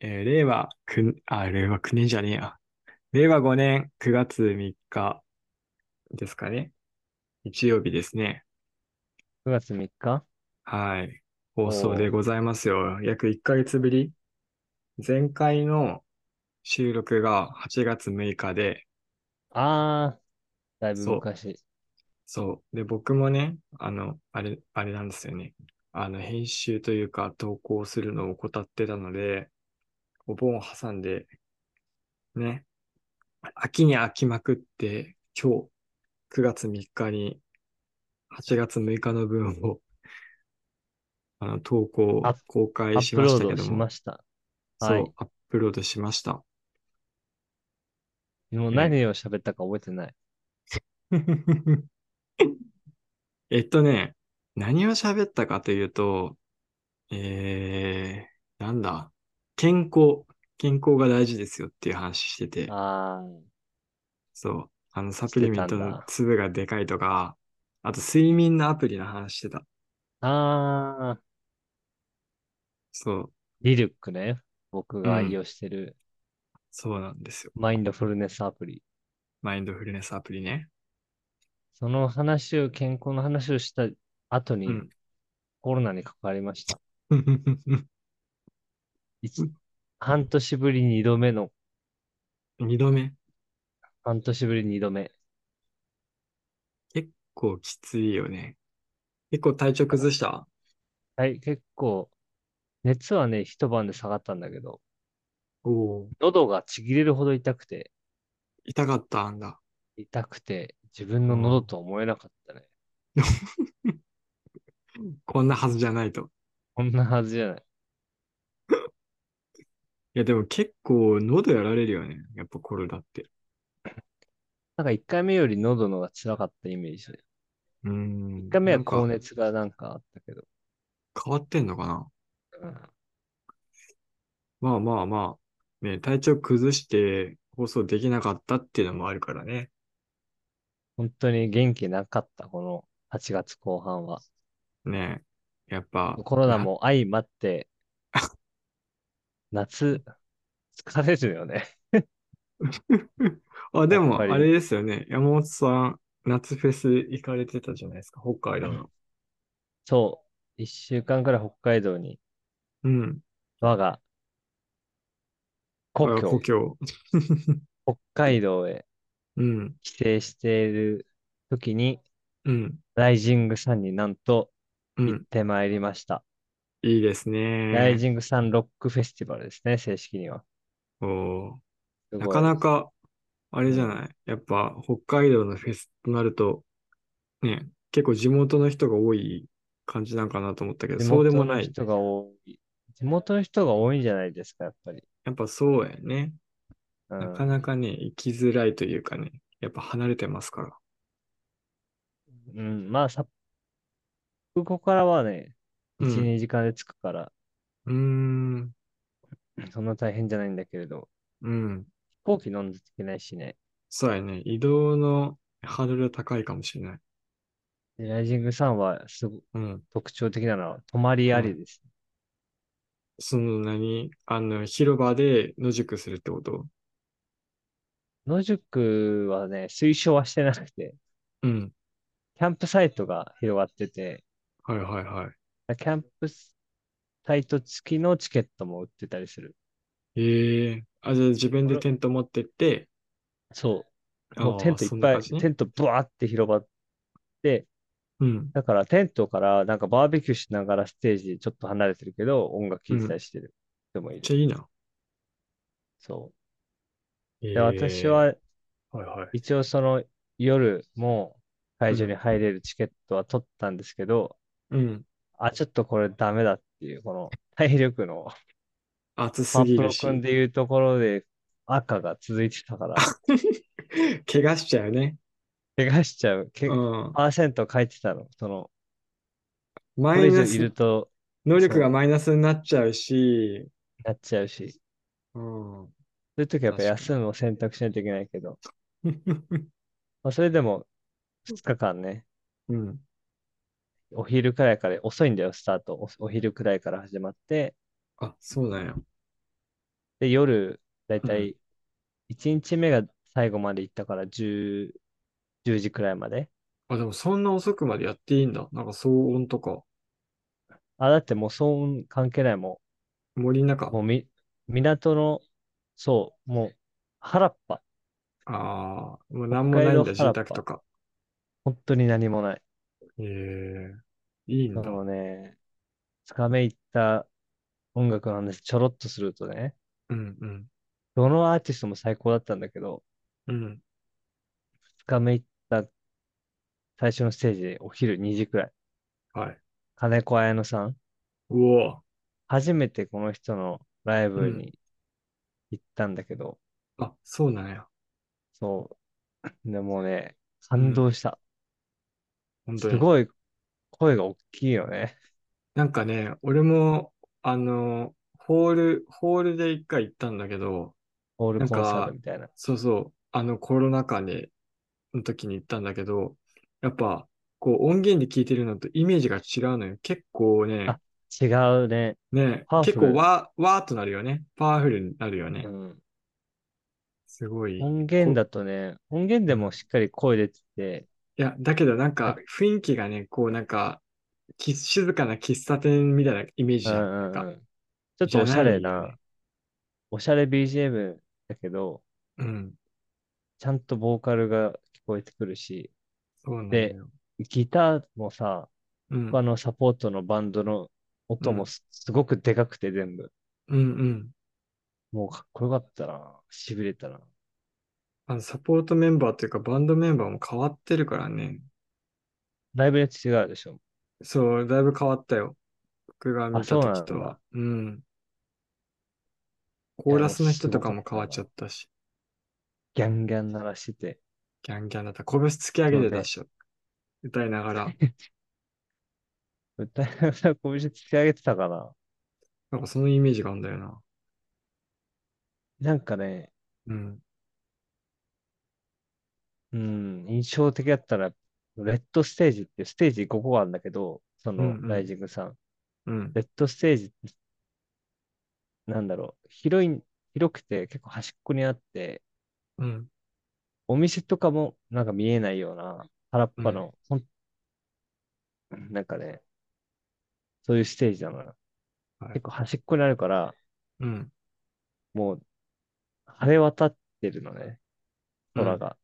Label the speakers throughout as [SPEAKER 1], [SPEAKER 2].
[SPEAKER 1] えー令和9、あ、令和9年じゃねえや。令和5年9月3日ですかね。日曜日ですね。
[SPEAKER 2] 9月3日
[SPEAKER 1] はい。放送でございますよ。約1ヶ月ぶり。前回の収録が8月6日で、
[SPEAKER 2] あー、だいぶ
[SPEAKER 1] そう
[SPEAKER 2] 昔。
[SPEAKER 1] そう。で、僕もね、あの、あれ、あれなんですよね。あの、編集というか、投稿するのを怠ってたので、お盆を挟んで、ね、秋に飽きまくって、今日、9月3日に、8月6日の分を、あの、投稿
[SPEAKER 2] アッ、
[SPEAKER 1] 公
[SPEAKER 2] ア
[SPEAKER 1] 開し
[SPEAKER 2] ップ
[SPEAKER 1] まし
[SPEAKER 2] ロー
[SPEAKER 1] たけ
[SPEAKER 2] ド
[SPEAKER 1] ど
[SPEAKER 2] し
[SPEAKER 1] も
[SPEAKER 2] ま、した。
[SPEAKER 1] そ
[SPEAKER 2] は
[SPEAKER 1] う
[SPEAKER 2] い、
[SPEAKER 1] アップロードしました。
[SPEAKER 2] もう
[SPEAKER 1] ええ
[SPEAKER 2] 何を喋ったか覚えてない。
[SPEAKER 1] えっとね、何を喋ったかというと、えー、なんだ、健康、健康が大事ですよっていう話してて、
[SPEAKER 2] あー、
[SPEAKER 1] そう、あの、サプリメント
[SPEAKER 2] してたん
[SPEAKER 1] の
[SPEAKER 2] だ
[SPEAKER 1] 粒がでかいとか、あと睡眠のアプリの話してた。
[SPEAKER 2] あー、
[SPEAKER 1] そう、
[SPEAKER 2] リルックね。僕が
[SPEAKER 1] うん
[SPEAKER 2] 愛用してる
[SPEAKER 1] そうなんですよ。
[SPEAKER 2] マインドフルネスアプリ。
[SPEAKER 1] マインドフルネスアプリね。
[SPEAKER 2] その話を、健康の話をした後
[SPEAKER 1] う
[SPEAKER 2] に
[SPEAKER 1] ん。
[SPEAKER 2] コロナにかかりました。一半年ぶり2度目の、
[SPEAKER 1] 二度目、
[SPEAKER 2] 半年ぶり2度目。
[SPEAKER 1] 結構きついよね。結構体調崩した
[SPEAKER 2] はい、結構、熱はね、一晩で下がったんだけど、
[SPEAKER 1] おおー、
[SPEAKER 2] 喉がちぎれるほど痛くて、
[SPEAKER 1] 痛かったんだ。
[SPEAKER 2] 痛くて、自分の喉と思えなかったね。
[SPEAKER 1] こんなはずじゃないと。
[SPEAKER 2] こんなはずじゃない。
[SPEAKER 1] いや、でも結構喉やられるよね。やっぱコロナって。
[SPEAKER 2] なんか1回目より喉の方が辛かったイメージだね。
[SPEAKER 1] うーん。
[SPEAKER 2] 1回目
[SPEAKER 1] な
[SPEAKER 2] は
[SPEAKER 1] んか
[SPEAKER 2] 高熱がなんかあったけど。
[SPEAKER 1] 変わってんのかな
[SPEAKER 2] うん
[SPEAKER 1] まあまあまあ。ね、体調崩して放送できなかったっていうのもあるからね。
[SPEAKER 2] 本当に元気なかった、この8月後半は。
[SPEAKER 1] ね。やっぱ。
[SPEAKER 2] コロナも相まって、夏、疲れるよね。
[SPEAKER 1] な。あ、で
[SPEAKER 2] やっ
[SPEAKER 1] も、
[SPEAKER 2] ぱ
[SPEAKER 1] あ
[SPEAKER 2] り
[SPEAKER 1] れですよね。山本さん、夏フェス行かれてたじゃないですか。北海道の。
[SPEAKER 2] そう。1週間くらい北海道に、
[SPEAKER 1] うん。
[SPEAKER 2] 我が故
[SPEAKER 1] あ
[SPEAKER 2] 郷、
[SPEAKER 1] 故郷。
[SPEAKER 2] 北海道へ
[SPEAKER 1] うん。
[SPEAKER 2] 帰省している時に、
[SPEAKER 1] うん。
[SPEAKER 2] ライジングサンになんと、
[SPEAKER 1] う
[SPEAKER 2] 行っ
[SPEAKER 1] ん。
[SPEAKER 2] てまいりました。
[SPEAKER 1] いいですね。
[SPEAKER 2] ライジングサンロックフェスティバルですね、正式には。
[SPEAKER 1] おー
[SPEAKER 2] す
[SPEAKER 1] な
[SPEAKER 2] ご
[SPEAKER 1] か
[SPEAKER 2] い
[SPEAKER 1] なか、あれじゃ
[SPEAKER 2] うん
[SPEAKER 1] ない、やっぱ北海道のフェスとなると、ね、結構地元の人が多い感じなんかなと思ったけど、
[SPEAKER 2] 地
[SPEAKER 1] そうで
[SPEAKER 2] 元
[SPEAKER 1] も
[SPEAKER 2] の
[SPEAKER 1] ない。
[SPEAKER 2] 人が多い。地元の人が多いんじゃないですか、やっぱり。
[SPEAKER 1] やっぱそうやね。
[SPEAKER 2] うん、
[SPEAKER 1] なかなかね、行きづらいというかね、やっぱ離れてますから。
[SPEAKER 2] うん、まあ、さ、空港からはね、1、
[SPEAKER 1] うん
[SPEAKER 2] 2時間で着くから、
[SPEAKER 1] うーん、
[SPEAKER 2] そんな大変じゃないんだけれど、
[SPEAKER 1] うん。
[SPEAKER 2] 飛行機乗んなきゃいけないしね。
[SPEAKER 1] そうやね。移動のハードルが高いかもしれない。
[SPEAKER 2] でライジングサンはすご
[SPEAKER 1] うん。
[SPEAKER 2] 特徴的なのは、泊まりありです。
[SPEAKER 1] その何あの、広場で野宿するってこと
[SPEAKER 2] 野宿はね、推奨はしてなくて、
[SPEAKER 1] うん。
[SPEAKER 2] キャンプサイトが広がってて、
[SPEAKER 1] はいはいはい。
[SPEAKER 2] キャンプサイト付きのチケットも売ってたりする。
[SPEAKER 1] ええあ、じゃあ自分でテント持ってって、
[SPEAKER 2] そう。も
[SPEAKER 1] あ
[SPEAKER 2] う
[SPEAKER 1] あ
[SPEAKER 2] テントい
[SPEAKER 1] そ
[SPEAKER 2] っ
[SPEAKER 1] んな
[SPEAKER 2] ぱ
[SPEAKER 1] 感
[SPEAKER 2] い、
[SPEAKER 1] じね
[SPEAKER 2] テントブワーって広場で、
[SPEAKER 1] うん。
[SPEAKER 2] だからテントからなんかバーベキューしながらステージちょっと離れてるけど、音楽聴いてたりしてる人もい
[SPEAKER 1] めっ
[SPEAKER 2] る。
[SPEAKER 1] ちゃいいな。
[SPEAKER 2] そ
[SPEAKER 1] え
[SPEAKER 2] う。
[SPEAKER 1] え
[SPEAKER 2] で、私、は
[SPEAKER 1] はいはい。
[SPEAKER 2] 一応その夜も会場に入れるチケットは取ったんですけど、
[SPEAKER 1] うん。
[SPEAKER 2] あ、ちょっとこれダメだっていう、この体力の
[SPEAKER 1] 暑す
[SPEAKER 2] パン
[SPEAKER 1] ぎ
[SPEAKER 2] プ
[SPEAKER 1] る
[SPEAKER 2] ロ
[SPEAKER 1] し、
[SPEAKER 2] 君でいうところで赤が続いて たから、
[SPEAKER 1] 怪我しちゃうね。
[SPEAKER 2] 怪我しちゃう。け
[SPEAKER 1] うん。
[SPEAKER 2] パーセント書いてたの。その、こ
[SPEAKER 1] マ
[SPEAKER 2] れ
[SPEAKER 1] イ
[SPEAKER 2] 以上
[SPEAKER 1] ナ
[SPEAKER 2] いる
[SPEAKER 1] ス、
[SPEAKER 2] と
[SPEAKER 1] 能力
[SPEAKER 2] そ
[SPEAKER 1] が
[SPEAKER 2] う
[SPEAKER 1] マイナスになっちゃうし、
[SPEAKER 2] なっちゃうし、
[SPEAKER 1] う
[SPEAKER 2] そ
[SPEAKER 1] ん。
[SPEAKER 2] ういう時はやっぱ
[SPEAKER 1] 確か
[SPEAKER 2] 休むを選択しないといけないけど、まあ、それでも2日間ね、
[SPEAKER 1] うん。
[SPEAKER 2] お昼くらいから、遅いんだよ、スタート。お、お昼くらいから始まって、
[SPEAKER 1] あ、そうなんや。
[SPEAKER 2] で、夜、だいうた
[SPEAKER 1] ん。
[SPEAKER 2] い1日目が最後まで行ったから10、10時くらいまで。
[SPEAKER 1] あ、でもそんな遅くまでやっていいんだ。なんか騒音とか、
[SPEAKER 2] あ、だってもう騒音関係ないも
[SPEAKER 1] 森の
[SPEAKER 2] ん。も
[SPEAKER 1] 中。
[SPEAKER 2] うみ、港の、そう、もう、原っぱ。
[SPEAKER 1] ああ、もう
[SPEAKER 2] 北
[SPEAKER 1] なんも
[SPEAKER 2] 海
[SPEAKER 1] ないん
[SPEAKER 2] 道
[SPEAKER 1] だ、住
[SPEAKER 2] 原っ
[SPEAKER 1] 宅と
[SPEAKER 2] ぱ。
[SPEAKER 1] か。
[SPEAKER 2] 本当に何もない。
[SPEAKER 1] ええ、いいん
[SPEAKER 2] そ
[SPEAKER 1] だ。
[SPEAKER 2] のね、二日目行った音楽の話ちょろっとするとね、
[SPEAKER 1] うんうん。
[SPEAKER 2] どのアーティストも最高だったんだけど、
[SPEAKER 1] うん。
[SPEAKER 2] 二日目行った最初のステージでお昼2時くらい、
[SPEAKER 1] はい。
[SPEAKER 2] 金子綾乃さん、
[SPEAKER 1] うお。
[SPEAKER 2] 初めてこの人のライ
[SPEAKER 1] う
[SPEAKER 2] ブ
[SPEAKER 1] ん。
[SPEAKER 2] に行ったんだけど、
[SPEAKER 1] あ、そうなんや。
[SPEAKER 2] そう、でもうね、
[SPEAKER 1] う
[SPEAKER 2] 感
[SPEAKER 1] ん。
[SPEAKER 2] 動した。
[SPEAKER 1] 本当
[SPEAKER 2] す
[SPEAKER 1] に。
[SPEAKER 2] ごい声が大きいよね。
[SPEAKER 1] なんかね、俺も、あの、ホール、ホールで一回行ったんだけど、
[SPEAKER 2] ホール
[SPEAKER 1] なん
[SPEAKER 2] コンサート
[SPEAKER 1] か、
[SPEAKER 2] みたいな。
[SPEAKER 1] そうそう、あのコロナ禍で、の時に行ったんだけど、やっぱ、こう音源で聞いてるのとイメージが違うのよ。結構ね、
[SPEAKER 2] あ、違うね。
[SPEAKER 1] ね、
[SPEAKER 2] パワ
[SPEAKER 1] 結
[SPEAKER 2] フ
[SPEAKER 1] 構
[SPEAKER 2] ル。
[SPEAKER 1] わー、わーっとなるよね。パワフルになるよ
[SPEAKER 2] う
[SPEAKER 1] ね。
[SPEAKER 2] ん。
[SPEAKER 1] すごい。
[SPEAKER 2] 音源
[SPEAKER 1] こ、
[SPEAKER 2] だとね、音源
[SPEAKER 1] う
[SPEAKER 2] でも
[SPEAKER 1] ん。
[SPEAKER 2] しっかり声出てて、
[SPEAKER 1] いや、だけどなん
[SPEAKER 2] なん
[SPEAKER 1] か
[SPEAKER 2] か、
[SPEAKER 1] 雰囲気がね、こうなんか、き、静かな喫茶店みたいなイメージ
[SPEAKER 2] う
[SPEAKER 1] じゃん。なん
[SPEAKER 2] んう
[SPEAKER 1] か、
[SPEAKER 2] んうん。ちょっ
[SPEAKER 1] じ
[SPEAKER 2] と
[SPEAKER 1] ゃ
[SPEAKER 2] おしゃ
[SPEAKER 1] な
[SPEAKER 2] れ
[SPEAKER 1] いよ
[SPEAKER 2] な、
[SPEAKER 1] ね。
[SPEAKER 2] おしゃれ BGM だけど、
[SPEAKER 1] うん。
[SPEAKER 2] ちゃんとボーカルが聞こえてくるし、
[SPEAKER 1] そうなの
[SPEAKER 2] で、
[SPEAKER 1] よ。
[SPEAKER 2] ギターもさ、
[SPEAKER 1] うん、
[SPEAKER 2] 他のサポートのバンドの
[SPEAKER 1] う
[SPEAKER 2] 音も
[SPEAKER 1] ん、
[SPEAKER 2] す、すごくでかくて全部。
[SPEAKER 1] うん、うん。
[SPEAKER 2] もうかっこよかったな。しびれたな。
[SPEAKER 1] あの、サポートメンバーというか、バンドメンバーも変わってるからね。
[SPEAKER 2] ライブで違うでしょ。
[SPEAKER 1] そう、だいぶ変わったよ。僕が
[SPEAKER 2] あ、
[SPEAKER 1] 見た
[SPEAKER 2] そう
[SPEAKER 1] と
[SPEAKER 2] な
[SPEAKER 1] きと
[SPEAKER 2] んだ。
[SPEAKER 1] は。うん。
[SPEAKER 2] い
[SPEAKER 1] コー
[SPEAKER 2] や、
[SPEAKER 1] ラ
[SPEAKER 2] もう
[SPEAKER 1] スの人
[SPEAKER 2] す
[SPEAKER 1] と
[SPEAKER 2] ご
[SPEAKER 1] か
[SPEAKER 2] かっ
[SPEAKER 1] も変
[SPEAKER 2] た
[SPEAKER 1] わっちゃ
[SPEAKER 2] な。
[SPEAKER 1] ったし、
[SPEAKER 2] ギャンギャン鳴らしてて。
[SPEAKER 1] ギャンギャンだった。拳突き上げ
[SPEAKER 2] そう
[SPEAKER 1] てたっ
[SPEAKER 2] ね。
[SPEAKER 1] しょ。歌いながら。
[SPEAKER 2] 歌いながら拳突き上げてたかな。
[SPEAKER 1] なんかそのイメージがあるんだよな。
[SPEAKER 2] なんかね、
[SPEAKER 1] うん。
[SPEAKER 2] うん、印象的だったら、レッドステージってステージ5個あるんだけど、そうのライ
[SPEAKER 1] ん
[SPEAKER 2] ジングさん。
[SPEAKER 1] うん。うん。
[SPEAKER 2] レッドステージってなんだろう、広い、広くて結構端っこにあって、
[SPEAKER 1] うん。
[SPEAKER 2] お店とかもなんか見えないような、原っ
[SPEAKER 1] う
[SPEAKER 2] ぱ
[SPEAKER 1] ん。
[SPEAKER 2] の、ほん、なんかね、そういうステージなのよ。
[SPEAKER 1] はい。
[SPEAKER 2] 結構端っこにあるから、
[SPEAKER 1] うん。
[SPEAKER 2] もう晴れ渡ってるのね、
[SPEAKER 1] う
[SPEAKER 2] 空
[SPEAKER 1] ん。
[SPEAKER 2] が。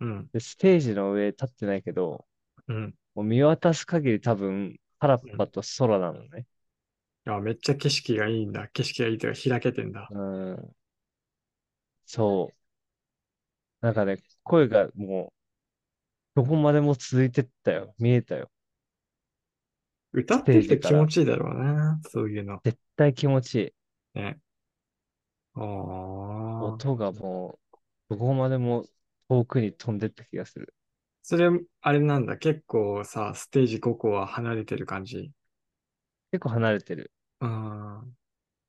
[SPEAKER 1] うん。
[SPEAKER 2] で、ステージの上立ってないけど、
[SPEAKER 1] うん。
[SPEAKER 2] もう見渡す限り多分、原っ
[SPEAKER 1] うん。
[SPEAKER 2] ぱと空なのね。
[SPEAKER 1] あ、めっちゃ景色がいいんだ。景色がいいというか開けてんだ。
[SPEAKER 2] うん、そう。なんかね、声がもう、どこまでも続いてったよ。見えたよ。
[SPEAKER 1] 歌
[SPEAKER 2] ス
[SPEAKER 1] って
[SPEAKER 2] テー
[SPEAKER 1] ると
[SPEAKER 2] ジか
[SPEAKER 1] 気持
[SPEAKER 2] ら。
[SPEAKER 1] ちいいだろうな。そういうの。
[SPEAKER 2] 絶対気持ちいい。
[SPEAKER 1] ね。ああ。
[SPEAKER 2] 音がもう、どこまでも遠くに飛んでった気がする。
[SPEAKER 1] それ、あれなんだ。結構さ、ステージ5個は離れてる感じ。
[SPEAKER 2] 結構離れてる。
[SPEAKER 1] うん。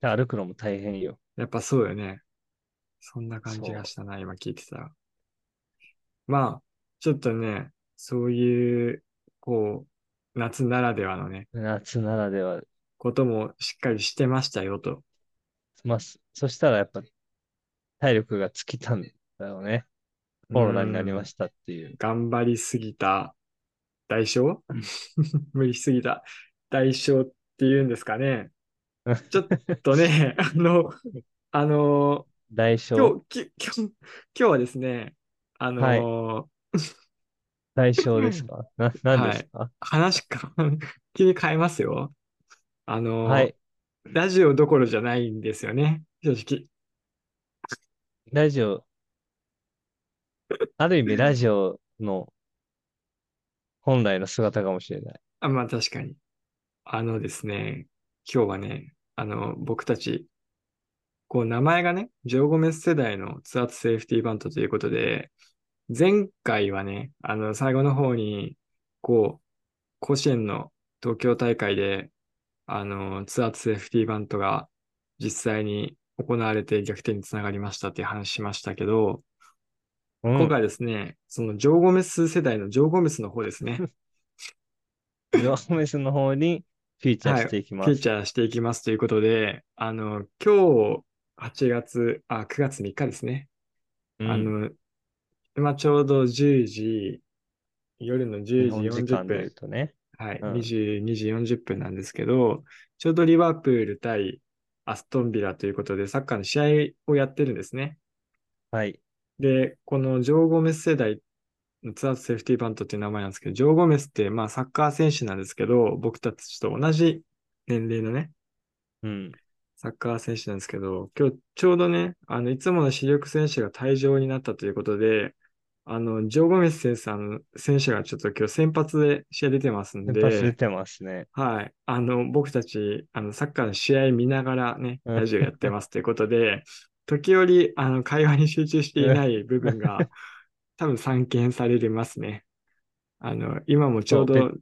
[SPEAKER 2] 歩くのも大変よ。
[SPEAKER 1] やっぱそうよね。そんな感じが
[SPEAKER 2] そ
[SPEAKER 1] したな、今聞いてたら。まあ、ちょっとね、そういう、こう、夏ならではのね、
[SPEAKER 2] う。夏ならでは。
[SPEAKER 1] こともしっかりしてましたよと。
[SPEAKER 2] まあ、そそしたらやっぱ体力が尽きたんだよね。
[SPEAKER 1] う
[SPEAKER 2] コロナになりま
[SPEAKER 1] ん、
[SPEAKER 2] したっていう。
[SPEAKER 1] 頑張りすぎた代 償無理しすぎた代償っていうんですか ね。ちょっとね、あの、あの、
[SPEAKER 2] 代償。
[SPEAKER 1] 今日、き、 今日、今日はですね、あ
[SPEAKER 2] はい。
[SPEAKER 1] の、
[SPEAKER 2] 代償ですかな、何で
[SPEAKER 1] は
[SPEAKER 2] す
[SPEAKER 1] い、
[SPEAKER 2] か
[SPEAKER 1] 話か、 切り替えますよ。あ
[SPEAKER 2] は
[SPEAKER 1] の、
[SPEAKER 2] い。
[SPEAKER 1] ラジオどころじゃないんですよね、正直。
[SPEAKER 2] ラジオ、ある意味ラジオの本来の姿かもしれない。
[SPEAKER 1] あ、まあ確かに。あのですね、今日はね、あの、僕たち、こう名前がね、ジョー・ゴメス世代のツアーズセーフティーバントということで、前回はね、あの、最後の方に、こう、甲子園の東京大会で、あの、ツアーズセーフティーバントが実際に行われて逆転につながりましたっていう話しましたけど、
[SPEAKER 2] う
[SPEAKER 1] 今
[SPEAKER 2] ん。
[SPEAKER 1] 回ですね、そのジョー・ゴメス世代のジョー・ゴメスの方ですね、
[SPEAKER 2] ジョーメスの方にフィーチャー
[SPEAKER 1] は
[SPEAKER 2] し
[SPEAKER 1] い、
[SPEAKER 2] ていき
[SPEAKER 1] フ
[SPEAKER 2] ま
[SPEAKER 1] ィーチ
[SPEAKER 2] す。
[SPEAKER 1] ャーしていきますということで、あの、今日8月、あ、9月3日ですね。
[SPEAKER 2] うん
[SPEAKER 1] あの、今ちょうど10時、夜の10時
[SPEAKER 2] 日本時
[SPEAKER 1] 40
[SPEAKER 2] 間で言う
[SPEAKER 1] 分、
[SPEAKER 2] とね。
[SPEAKER 1] はい、
[SPEAKER 2] うん
[SPEAKER 1] 22時40分なんですけど、ちょうどリバプール対アストンビラということで、サッカーの試合をやってるんですね。
[SPEAKER 2] はい。
[SPEAKER 1] で、このジョー・ゴメス世代のツアーズセーフティーバントっていう名前なんですけど、ジョー・ゴメスって、まあ、サッカー選手なんですけど、僕たちと同じ年齢のね、
[SPEAKER 2] うん。
[SPEAKER 1] サッカー選手なんですけど、今日ちょうどね、あの、いつもの主力選手が退場になったということで、あの、ジョー・ゴメス選手さん選手がちょっと今日先発で試合出てますん
[SPEAKER 2] やっぱ出
[SPEAKER 1] で、
[SPEAKER 2] てますね。
[SPEAKER 1] はい。あの、僕たち、あの、サッカーの試合見ながらね、
[SPEAKER 2] うん
[SPEAKER 1] ラジオやってますということで、時折、あの、会話に集中していない部分 が、多分散見されてますね。あの、今もちょう
[SPEAKER 2] そ
[SPEAKER 1] ど
[SPEAKER 2] う、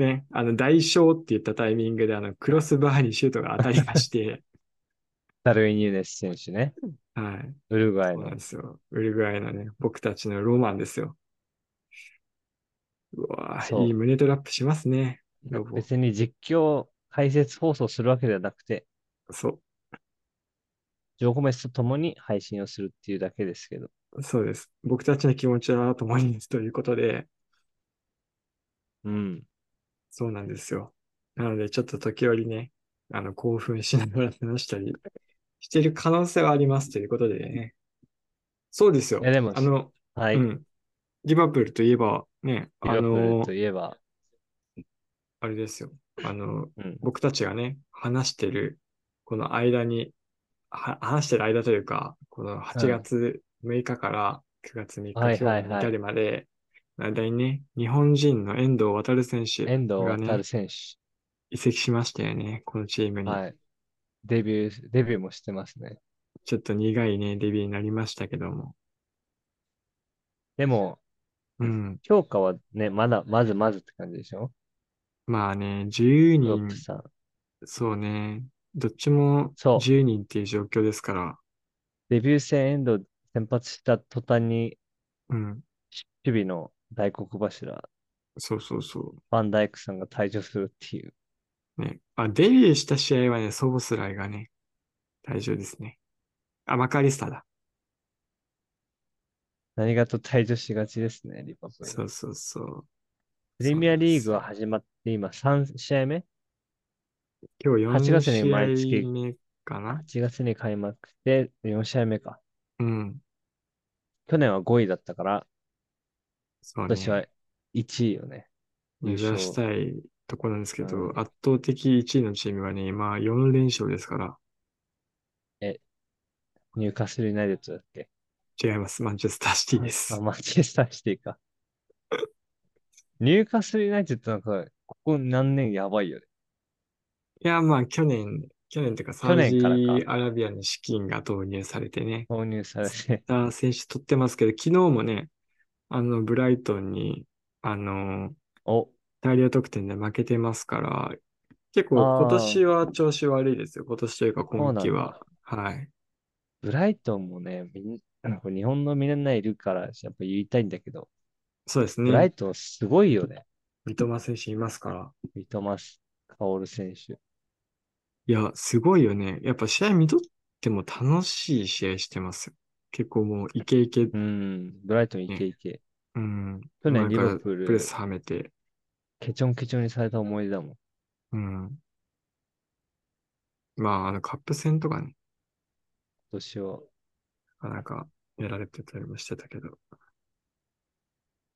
[SPEAKER 1] ね、あの、代償って言ったタイミングで、あの、クロスバーにシュートが当たりまして、
[SPEAKER 2] ダルイニュネス選手ね。
[SPEAKER 1] はい。
[SPEAKER 2] ウルグアイ
[SPEAKER 1] そうな
[SPEAKER 2] の
[SPEAKER 1] ん。ですよ。ウルグアイのね、僕たちのロマンですよ。うわぁ、
[SPEAKER 2] そう
[SPEAKER 1] いい胸トラップしますね。ロボ
[SPEAKER 2] 別に実況、解説放送するわけではなくて、
[SPEAKER 1] そ
[SPEAKER 2] ジョーゴメスと共に配信をするっていうだけですけど。
[SPEAKER 1] う、そうです。僕たちの気持ちは共にですということで、
[SPEAKER 2] うん。
[SPEAKER 1] そうなんですよ。なので、ちょっと時折ね、あの、興奮しながら話したりしてる可能性はありますということでね。そうですよ。
[SPEAKER 2] いやでも
[SPEAKER 1] あの、
[SPEAKER 2] はい。
[SPEAKER 1] うん。リバプールといえば、ね、
[SPEAKER 2] リ
[SPEAKER 1] あ
[SPEAKER 2] バプール
[SPEAKER 1] の
[SPEAKER 2] と、いえば、
[SPEAKER 1] あれですよ。あの、
[SPEAKER 2] うん。
[SPEAKER 1] 僕たちがね、話してる、この間に、は話してる間というか、この8月6日から9月3日、
[SPEAKER 2] はいはいはい
[SPEAKER 1] 今日の至るまで、間にね、日本人の遠藤航選手
[SPEAKER 2] 遠藤
[SPEAKER 1] がね
[SPEAKER 2] 航、選手。
[SPEAKER 1] 移籍しましたよね、このチームに。
[SPEAKER 2] はい。デビュー、デビューもしてますね。
[SPEAKER 1] ちょっと苦いね、デビューになりましたけども。
[SPEAKER 2] でも、
[SPEAKER 1] うん。
[SPEAKER 2] 評価はね、まだ、まずまずって感じでしょ
[SPEAKER 1] まあね、10
[SPEAKER 2] ロッ
[SPEAKER 1] 人
[SPEAKER 2] プ、さん。
[SPEAKER 1] そうね、どっちも
[SPEAKER 2] そう
[SPEAKER 1] 10人っていう状況ですから、
[SPEAKER 2] デビュー戦遠藤先発した途端に、
[SPEAKER 1] うん、
[SPEAKER 2] 守備の大黒柱、
[SPEAKER 1] そうそうそう。
[SPEAKER 2] ファンダイクさんが退場するっていう。
[SPEAKER 1] ね。あ、デビューした試合はね、ソボスライがね、退場ですね。あ、マカリスタだ。
[SPEAKER 2] 何かと退場しがちですね、リバプール。
[SPEAKER 1] そうそうそう。
[SPEAKER 2] プレミアリーグは
[SPEAKER 1] そう
[SPEAKER 2] 始まって今3試合目
[SPEAKER 1] なんです
[SPEAKER 2] 8
[SPEAKER 1] よ
[SPEAKER 2] 月に
[SPEAKER 1] 今
[SPEAKER 2] 毎
[SPEAKER 1] 日4
[SPEAKER 2] 月
[SPEAKER 1] 試合目かな。
[SPEAKER 2] ?8 月に開幕して4試合目か。
[SPEAKER 1] うん。
[SPEAKER 2] 去年は5位だったから、
[SPEAKER 1] そう
[SPEAKER 2] 今
[SPEAKER 1] ね。
[SPEAKER 2] 年は1位よね。
[SPEAKER 1] 目
[SPEAKER 2] 優
[SPEAKER 1] 指
[SPEAKER 2] 勝
[SPEAKER 1] したいところなんですけど、
[SPEAKER 2] うん
[SPEAKER 1] 圧倒的1位のチームがね、今4連勝ですから、
[SPEAKER 2] ニューカッスルユナイテッドだっけ
[SPEAKER 1] 違います。マンチェスターシティです
[SPEAKER 2] あ、。マンチェスターシティか。ニューカッスルユナイテッドなんか、ここ何年やばいよね。
[SPEAKER 1] いや、まあ去年、去年というかサ
[SPEAKER 2] 去
[SPEAKER 1] ウ
[SPEAKER 2] 年
[SPEAKER 1] ジ
[SPEAKER 2] からか
[SPEAKER 1] アラビアに資金が投入されてね、
[SPEAKER 2] 投入されて。
[SPEAKER 1] あー選手取ってますけど、昨日もね、あの、ブライトンに、あのー
[SPEAKER 2] お、
[SPEAKER 1] 大量得点で負けてますから、結構
[SPEAKER 2] あー
[SPEAKER 1] 今年は調子悪いですよ。今年というか
[SPEAKER 2] そう
[SPEAKER 1] 今
[SPEAKER 2] なん
[SPEAKER 1] 季
[SPEAKER 2] だ
[SPEAKER 1] は。はい。
[SPEAKER 2] ブライトンもね、みんなんか日本のみんないるから、やっぱ言いたいんだけど、
[SPEAKER 1] そうです
[SPEAKER 2] ブライ
[SPEAKER 1] ね。
[SPEAKER 2] トンすごいよね。
[SPEAKER 1] 三笘選手いますから。
[SPEAKER 2] 三笘薫選手。
[SPEAKER 1] いや、すごいよね。やっぱ試合見とっても楽しい試合してますよ。結構もうイケイケ。
[SPEAKER 2] うん、ブライトンいけいけ。
[SPEAKER 1] うん。
[SPEAKER 2] 去年
[SPEAKER 1] 前
[SPEAKER 2] リ
[SPEAKER 1] から
[SPEAKER 2] バプー
[SPEAKER 1] プレ
[SPEAKER 2] ル
[SPEAKER 1] ス、はめて。
[SPEAKER 2] ケチョンケチョンにされた思い出だもん。
[SPEAKER 1] うん。まあ、あのカップ戦とかね、
[SPEAKER 2] 今年は。
[SPEAKER 1] なかなかやられてたりもしてたけど。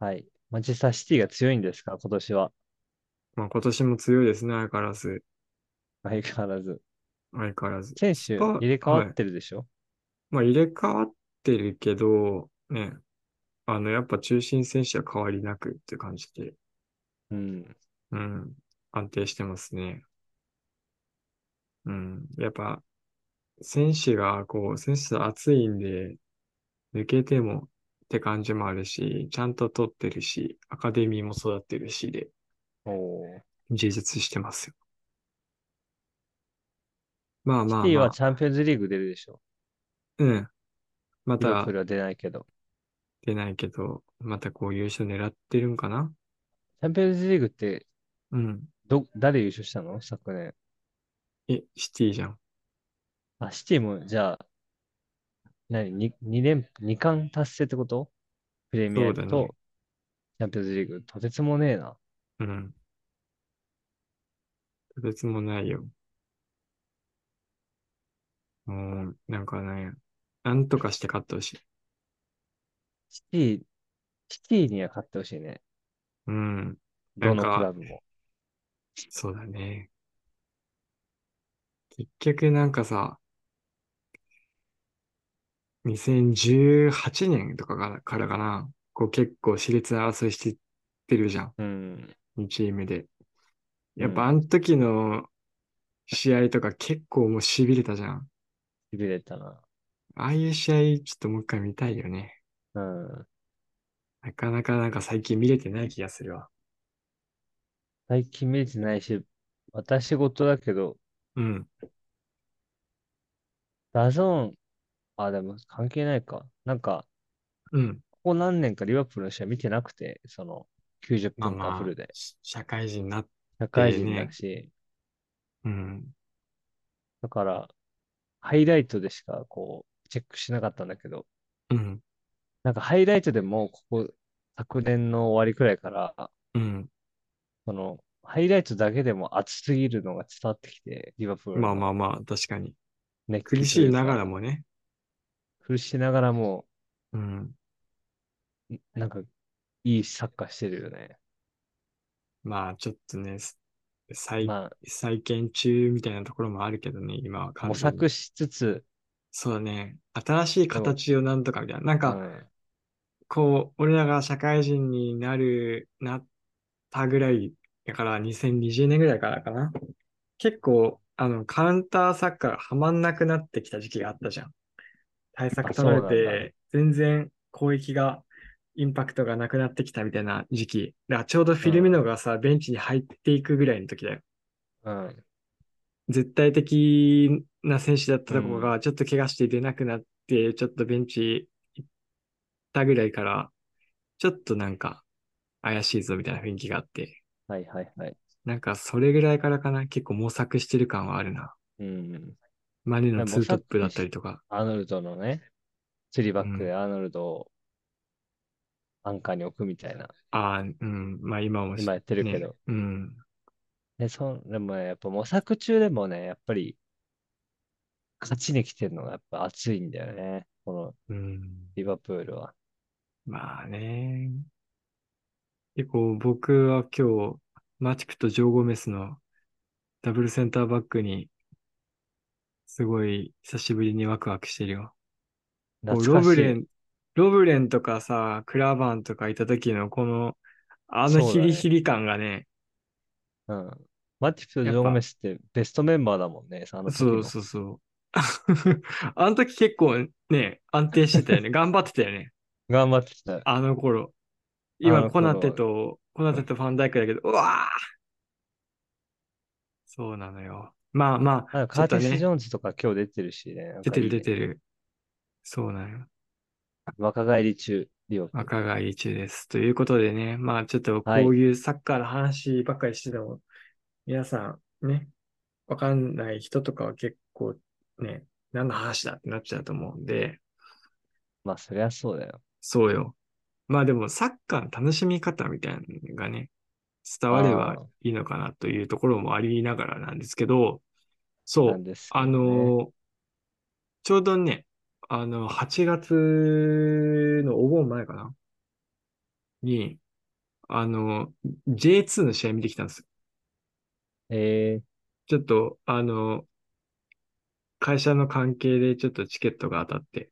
[SPEAKER 2] はい。マンチェスターシティが強いんですか、今年は。
[SPEAKER 1] まあ今年も強いですね、相変わらず。
[SPEAKER 2] 相変わらず。
[SPEAKER 1] 相変わらず。
[SPEAKER 2] 選手
[SPEAKER 1] パ
[SPEAKER 2] 入れ替わ
[SPEAKER 1] はい
[SPEAKER 2] ってるでしょ、
[SPEAKER 1] まあ入れ替わってるけど、ね、あの、やっぱ中心選手は変わりなくって感じで、
[SPEAKER 2] うん。
[SPEAKER 1] うん、安定してますね。うん、やっぱ、選手が、こう、選手熱いんで、抜けてもって感じもあるし、ちゃんと取ってるし、アカデミーも育ってるしで、
[SPEAKER 2] おー
[SPEAKER 1] 充実してますよ。まあまあ、ま
[SPEAKER 2] シ
[SPEAKER 1] あ、
[SPEAKER 2] ティはチャンピオンズリーグ出るでしょ
[SPEAKER 1] うん。ま
[SPEAKER 2] リバ
[SPEAKER 1] た
[SPEAKER 2] プー、ルは出ないけど。
[SPEAKER 1] 出ないけど、またこう優勝狙ってるんかな
[SPEAKER 2] チャンピオンズリーグって、
[SPEAKER 1] うん。
[SPEAKER 2] ど、誰優勝したの昨年。
[SPEAKER 1] え、シティじゃん。
[SPEAKER 2] あ、シティも、じゃあ、何、に二連、二冠達成ってことプレミア
[SPEAKER 1] そう
[SPEAKER 2] リー
[SPEAKER 1] だ
[SPEAKER 2] グ
[SPEAKER 1] ね。
[SPEAKER 2] とチャンピオンズリーグ。とてつもねえな。
[SPEAKER 1] うん。とてつもないよ。もう、なんかね、なんとかして勝ってほしい。
[SPEAKER 2] シティ、シティには勝ってほしいね。
[SPEAKER 1] うん。な
[SPEAKER 2] ど
[SPEAKER 1] ん
[SPEAKER 2] のク
[SPEAKER 1] か、
[SPEAKER 2] ラブも。
[SPEAKER 1] そうだね。結局なんかさ、2018年とかからからかな、こう結構熾烈な争いしてってるじゃん、
[SPEAKER 2] うん、
[SPEAKER 1] 2チームで。
[SPEAKER 2] う
[SPEAKER 1] やっぱあ
[SPEAKER 2] ん。
[SPEAKER 1] の時の試合とか結構もう痺れたじゃん。
[SPEAKER 2] 痺れたな。
[SPEAKER 1] ああいう試合ちょっともう一回見たいよね。
[SPEAKER 2] うん。
[SPEAKER 1] なかなかなんか最近見れてない気がするわ。
[SPEAKER 2] 最近見れてないし、私事だけど、
[SPEAKER 1] うん。
[SPEAKER 2] ダゾーン、あ、でも関係ないか。なんか、
[SPEAKER 1] うん。
[SPEAKER 2] ここ何年かリバプールの試合見てなくて、その、90
[SPEAKER 1] まあ
[SPEAKER 2] 分間フ
[SPEAKER 1] まあ、
[SPEAKER 2] ルで。
[SPEAKER 1] し社会人になっ
[SPEAKER 2] 社会
[SPEAKER 1] て
[SPEAKER 2] 人だ
[SPEAKER 1] ね。
[SPEAKER 2] し、
[SPEAKER 1] うん。
[SPEAKER 2] だから、ハイライトでしか、こう、チェックしなかったんだけど、
[SPEAKER 1] うん。
[SPEAKER 2] なんかハイライトでも、ここ、昨年の終わりくらいから、
[SPEAKER 1] うん。
[SPEAKER 2] その、ハイライトだけでも熱すぎるのが伝わってきて、リバプール
[SPEAKER 1] まあま
[SPEAKER 2] の
[SPEAKER 1] あまあ、確かに。
[SPEAKER 2] 熱
[SPEAKER 1] 苦
[SPEAKER 2] 気と
[SPEAKER 1] し
[SPEAKER 2] い
[SPEAKER 1] いうながら
[SPEAKER 2] か、
[SPEAKER 1] もね。
[SPEAKER 2] 苦しながらも、
[SPEAKER 1] うん。
[SPEAKER 2] んなんか、いいサッカーしてるよね。
[SPEAKER 1] まあ、ちょっとね、す再、
[SPEAKER 2] まあ、
[SPEAKER 1] 再建中みたいなところもあるけどね、今は
[SPEAKER 2] 模
[SPEAKER 1] 完全に。
[SPEAKER 2] 索しつつ、
[SPEAKER 1] そうだね。新しい
[SPEAKER 2] でも、
[SPEAKER 1] 形をなんとかみたいな。なん
[SPEAKER 2] う
[SPEAKER 1] か、
[SPEAKER 2] ん、
[SPEAKER 1] こう、俺らが社会人になる、なったぐらい、だから2020年ぐらいからかな。結構、あの、カウンターサッカーがはまんなくなってきた時期があったじゃん。対
[SPEAKER 2] あ、
[SPEAKER 1] 策取ら
[SPEAKER 2] そう
[SPEAKER 1] れ
[SPEAKER 2] なんだ。
[SPEAKER 1] て、全然攻撃が、インパクトがなくなってきたみたいな時期。だからちょうどフ
[SPEAKER 2] う
[SPEAKER 1] ィルミノ
[SPEAKER 2] ん、
[SPEAKER 1] がさ、ベンチに入っていくぐらいの時だよ。
[SPEAKER 2] うん、
[SPEAKER 1] 絶対的な選手だった
[SPEAKER 2] う
[SPEAKER 1] とこ
[SPEAKER 2] ん、
[SPEAKER 1] が、ちょっと怪我して出なくなって、ちょっとベンチ行ったぐらいから、ちょっとなんか怪しいぞみたいな雰囲気があって、
[SPEAKER 2] はいはいはい。
[SPEAKER 1] なんかそれぐらいからかな、結構模索してる感はあるな。
[SPEAKER 2] うん。
[SPEAKER 1] マネの
[SPEAKER 2] で
[SPEAKER 1] ツ
[SPEAKER 2] も
[SPEAKER 1] ート
[SPEAKER 2] さ
[SPEAKER 1] ッ
[SPEAKER 2] っ
[SPEAKER 1] プだ
[SPEAKER 2] き
[SPEAKER 1] ったり
[SPEAKER 2] し、
[SPEAKER 1] とか。
[SPEAKER 2] アーノルドのね、スリー
[SPEAKER 1] う
[SPEAKER 2] バックで
[SPEAKER 1] ん。
[SPEAKER 2] アーノルドをアンカーに置くみたいな、
[SPEAKER 1] ああ、うん。まあ今も
[SPEAKER 2] 今
[SPEAKER 1] し
[SPEAKER 2] やってるけ
[SPEAKER 1] ね、
[SPEAKER 2] ど。
[SPEAKER 1] うん。
[SPEAKER 2] で、そう、でもね、やっぱ模索中でもね、やっぱり勝ちに来てるのがやっぱ熱いんだよね。この
[SPEAKER 1] うん。
[SPEAKER 2] リバプールは。
[SPEAKER 1] まあね。結構僕は今日、マチクとジョー・ゴメスのダブルセンターバックに、すごい久しぶりにワクワクしてるよ。こ
[SPEAKER 2] 懐
[SPEAKER 1] う、ロ
[SPEAKER 2] か
[SPEAKER 1] ブ
[SPEAKER 2] し
[SPEAKER 1] レ
[SPEAKER 2] い。
[SPEAKER 1] ン、ロブレンとかさ、クラバンとかいた時のこの、あの
[SPEAKER 2] そう
[SPEAKER 1] ヒ
[SPEAKER 2] だ
[SPEAKER 1] リ
[SPEAKER 2] ね。
[SPEAKER 1] ヒリ感がね、
[SPEAKER 2] うん。マティプとジ
[SPEAKER 1] やっ
[SPEAKER 2] ョーゴメ
[SPEAKER 1] ぱ、
[SPEAKER 2] スってベストメンバーだもんね、あの時
[SPEAKER 1] そう
[SPEAKER 2] の。
[SPEAKER 1] そうそう。 あの時結構ね、安定してたよね。頑張ってたよね。
[SPEAKER 2] 頑張ってた。
[SPEAKER 1] あの頃。
[SPEAKER 2] あ
[SPEAKER 1] 今、
[SPEAKER 2] の
[SPEAKER 1] コナテ
[SPEAKER 2] 頃。
[SPEAKER 1] と、コナテとファンダイクだけど、うわーそうなのよ。まあまあ、
[SPEAKER 2] あ
[SPEAKER 1] ちょ
[SPEAKER 2] カ
[SPEAKER 1] っ
[SPEAKER 2] ーテ
[SPEAKER 1] と
[SPEAKER 2] ィス・ジ
[SPEAKER 1] ね、
[SPEAKER 2] ョーンズとか今日出てるしね、なん
[SPEAKER 1] 出
[SPEAKER 2] か
[SPEAKER 1] てる
[SPEAKER 2] いい
[SPEAKER 1] 出
[SPEAKER 2] ね。
[SPEAKER 1] てる。そうなのよ。
[SPEAKER 2] 若返り中、リオプール。
[SPEAKER 1] 若返り中です。ということでね、まあちょっと
[SPEAKER 2] は
[SPEAKER 1] こう
[SPEAKER 2] い。
[SPEAKER 1] いうサッカーの話ばっかりしてても、皆さんね、わかんない人とかは結構ね、何の話だってなっちゃうと思うんで、
[SPEAKER 2] まあ、そりゃそうだよ。
[SPEAKER 1] そうよ。まあでもサッカーの楽しみ方みたいなのがね、伝われば
[SPEAKER 2] ああ、
[SPEAKER 1] いいのかなというところもありながらなんですけど、
[SPEAKER 2] な
[SPEAKER 1] そ
[SPEAKER 2] ん
[SPEAKER 1] う、
[SPEAKER 2] ですけ
[SPEAKER 1] あ
[SPEAKER 2] どね。
[SPEAKER 1] の、ちょうどね、あの、8月のお盆前かなに、あの、J2 の試合見てきたんですよ。
[SPEAKER 2] ええ
[SPEAKER 1] ちょっと、あの、会社の関係でちょっとチケットが当たって、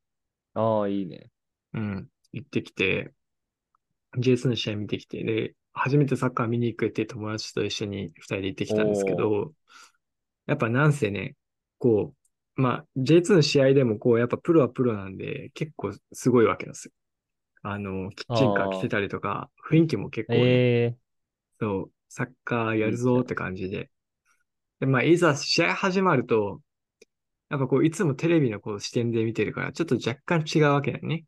[SPEAKER 2] ああ、いいね。
[SPEAKER 1] うん、行ってきて、J2 の試合見てきて、で、初めてサッカー見に行くって友達と一緒に二人で行ってきたんですけ
[SPEAKER 2] おお、
[SPEAKER 1] ど、やっぱなんせね、こう、まあ、J2 の試合でもこう、やっぱプロはプロなんで、結構すごいわけなんですよ。あの、キッチンカー着
[SPEAKER 2] あ
[SPEAKER 1] て
[SPEAKER 2] あ、
[SPEAKER 1] たりとか、雰囲気も結構ね、
[SPEAKER 2] ええ
[SPEAKER 1] そう、サッカーや
[SPEAKER 2] い
[SPEAKER 1] る
[SPEAKER 2] いじ
[SPEAKER 1] ぞ
[SPEAKER 2] ゃ
[SPEAKER 1] って
[SPEAKER 2] ん。
[SPEAKER 1] 感じで。で、まあ、いざ試合始まると、やっぱこう、いつもテレビのこう視点で見てるから、ちょっと若干違うわけだよね。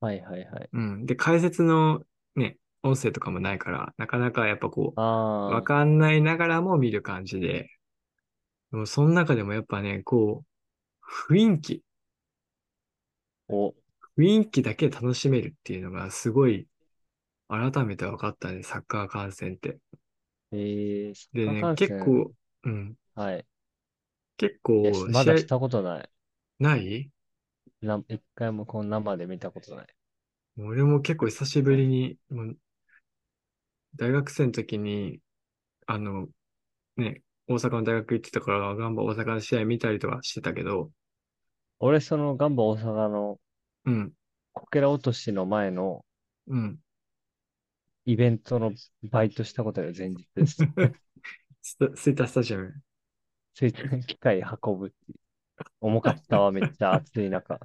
[SPEAKER 2] はいはいはい。
[SPEAKER 1] うん。で、解説のね、音声とかもないから、なかなかやっぱこう、わ
[SPEAKER 2] ああ、
[SPEAKER 1] かんないながらも見る感じで、でも、その中でもやっぱね、こう、雰囲気、
[SPEAKER 2] お、
[SPEAKER 1] 雰囲気だけ楽しめるっていうのがすごい改めて分かったね、サッカー観戦って。
[SPEAKER 2] えー、サッ
[SPEAKER 1] で
[SPEAKER 2] カー
[SPEAKER 1] ね、
[SPEAKER 2] 観
[SPEAKER 1] 結
[SPEAKER 2] 戦。
[SPEAKER 1] 構、うん、
[SPEAKER 2] はい。
[SPEAKER 1] 結
[SPEAKER 2] いや、
[SPEAKER 1] 構
[SPEAKER 2] ま
[SPEAKER 1] 試合
[SPEAKER 2] だしたことない。
[SPEAKER 1] ない
[SPEAKER 2] な、一回もこの生で見たことない。
[SPEAKER 1] 俺も結構久しぶりに、もう大学生の時に、あの、ね、大阪の大学行ってたから、ガンバ大阪の試合見たりとかしてたけど、
[SPEAKER 2] 俺、そのガンバ大阪の
[SPEAKER 1] うん、
[SPEAKER 2] こけら落としの前の
[SPEAKER 1] うん。
[SPEAKER 2] イベントのバイトしたことある前日です。
[SPEAKER 1] スタスイタスタジアム。
[SPEAKER 2] ついて機械運ぶっていう。重かったわ、めっちゃ暑い中。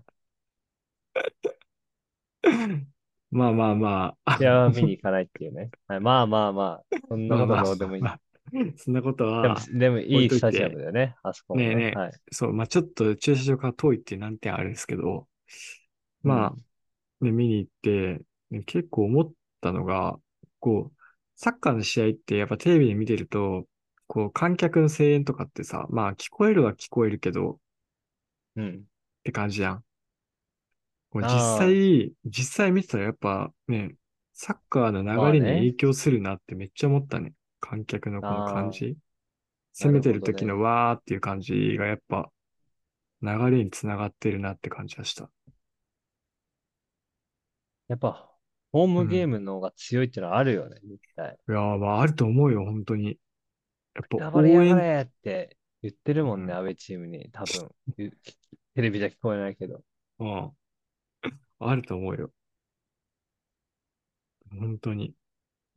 [SPEAKER 1] まあまあまあ、
[SPEAKER 2] 試合は見に行かないっていうね。はい、まあまあまあ、そんな
[SPEAKER 1] まあ
[SPEAKER 2] こと
[SPEAKER 1] まあ、
[SPEAKER 2] どうでもいい。
[SPEAKER 1] まあそんなこと
[SPEAKER 2] でも、
[SPEAKER 1] は、
[SPEAKER 2] でも
[SPEAKER 1] 置
[SPEAKER 2] い
[SPEAKER 1] い
[SPEAKER 2] い
[SPEAKER 1] と
[SPEAKER 2] ス
[SPEAKER 1] い
[SPEAKER 2] タジア
[SPEAKER 1] て、
[SPEAKER 2] ムだよね、あそこも
[SPEAKER 1] ねえ
[SPEAKER 2] ね。
[SPEAKER 1] ねえ、
[SPEAKER 2] はい。
[SPEAKER 1] そう、まあちょっと駐車場から遠いっていう難点あるんですけど、
[SPEAKER 2] う
[SPEAKER 1] ま
[SPEAKER 2] ん。
[SPEAKER 1] あ、ね、見に行って、ね結構思ったのが、こう、サッカーの試合ってやっぱテレビで見てると、こう、観客の声援とかってさ、まあ聞こえるは聞こえるけど、っ
[SPEAKER 2] うん。
[SPEAKER 1] て感じやん。こう実
[SPEAKER 2] ああ、
[SPEAKER 1] 際、実際見てたらやっぱね、サッカーの
[SPEAKER 2] まあ
[SPEAKER 1] 流れに
[SPEAKER 2] ね。
[SPEAKER 1] 影響するなってめっちゃ思ったね。観客のこの感
[SPEAKER 2] ああ、
[SPEAKER 1] じ。攻
[SPEAKER 2] な
[SPEAKER 1] め
[SPEAKER 2] る
[SPEAKER 1] て
[SPEAKER 2] ほ
[SPEAKER 1] る
[SPEAKER 2] ど
[SPEAKER 1] 時
[SPEAKER 2] ね。
[SPEAKER 1] のわーっていう感じがやっぱ流れにつながってるなって感じがした。
[SPEAKER 2] やっぱ、ホー
[SPEAKER 1] う
[SPEAKER 2] ムゲー
[SPEAKER 1] ん。
[SPEAKER 2] ムの方が強いってのはあるよね、絶対。
[SPEAKER 1] いやー、まああると思うよ、本当に。やっぱ
[SPEAKER 2] やがれ
[SPEAKER 1] 応
[SPEAKER 2] やが
[SPEAKER 1] 援、
[SPEAKER 2] れって言ってるも
[SPEAKER 1] うん
[SPEAKER 2] ね、
[SPEAKER 1] ん、
[SPEAKER 2] 安倍チームに。多分、ゆテレビじゃ聞こえないけど。
[SPEAKER 1] うんあると思うよ。本当に。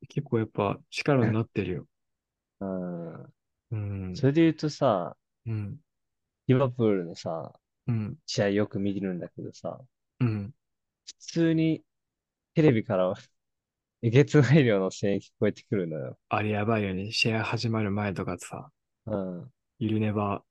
[SPEAKER 1] 結構やっぱ力になってるよ。
[SPEAKER 2] うん。
[SPEAKER 1] うん、
[SPEAKER 2] それで言うとさ、
[SPEAKER 1] うん、
[SPEAKER 2] リバプールのさ、
[SPEAKER 1] うん、
[SPEAKER 2] 試合よく見るんだけどさ、
[SPEAKER 1] うん。
[SPEAKER 2] 普通にテレビから えげつない量の声援聞こえてくるのよ。
[SPEAKER 1] あれやばいよね。試合始まる前とかさ、
[SPEAKER 2] うん。
[SPEAKER 1] ゆるねば、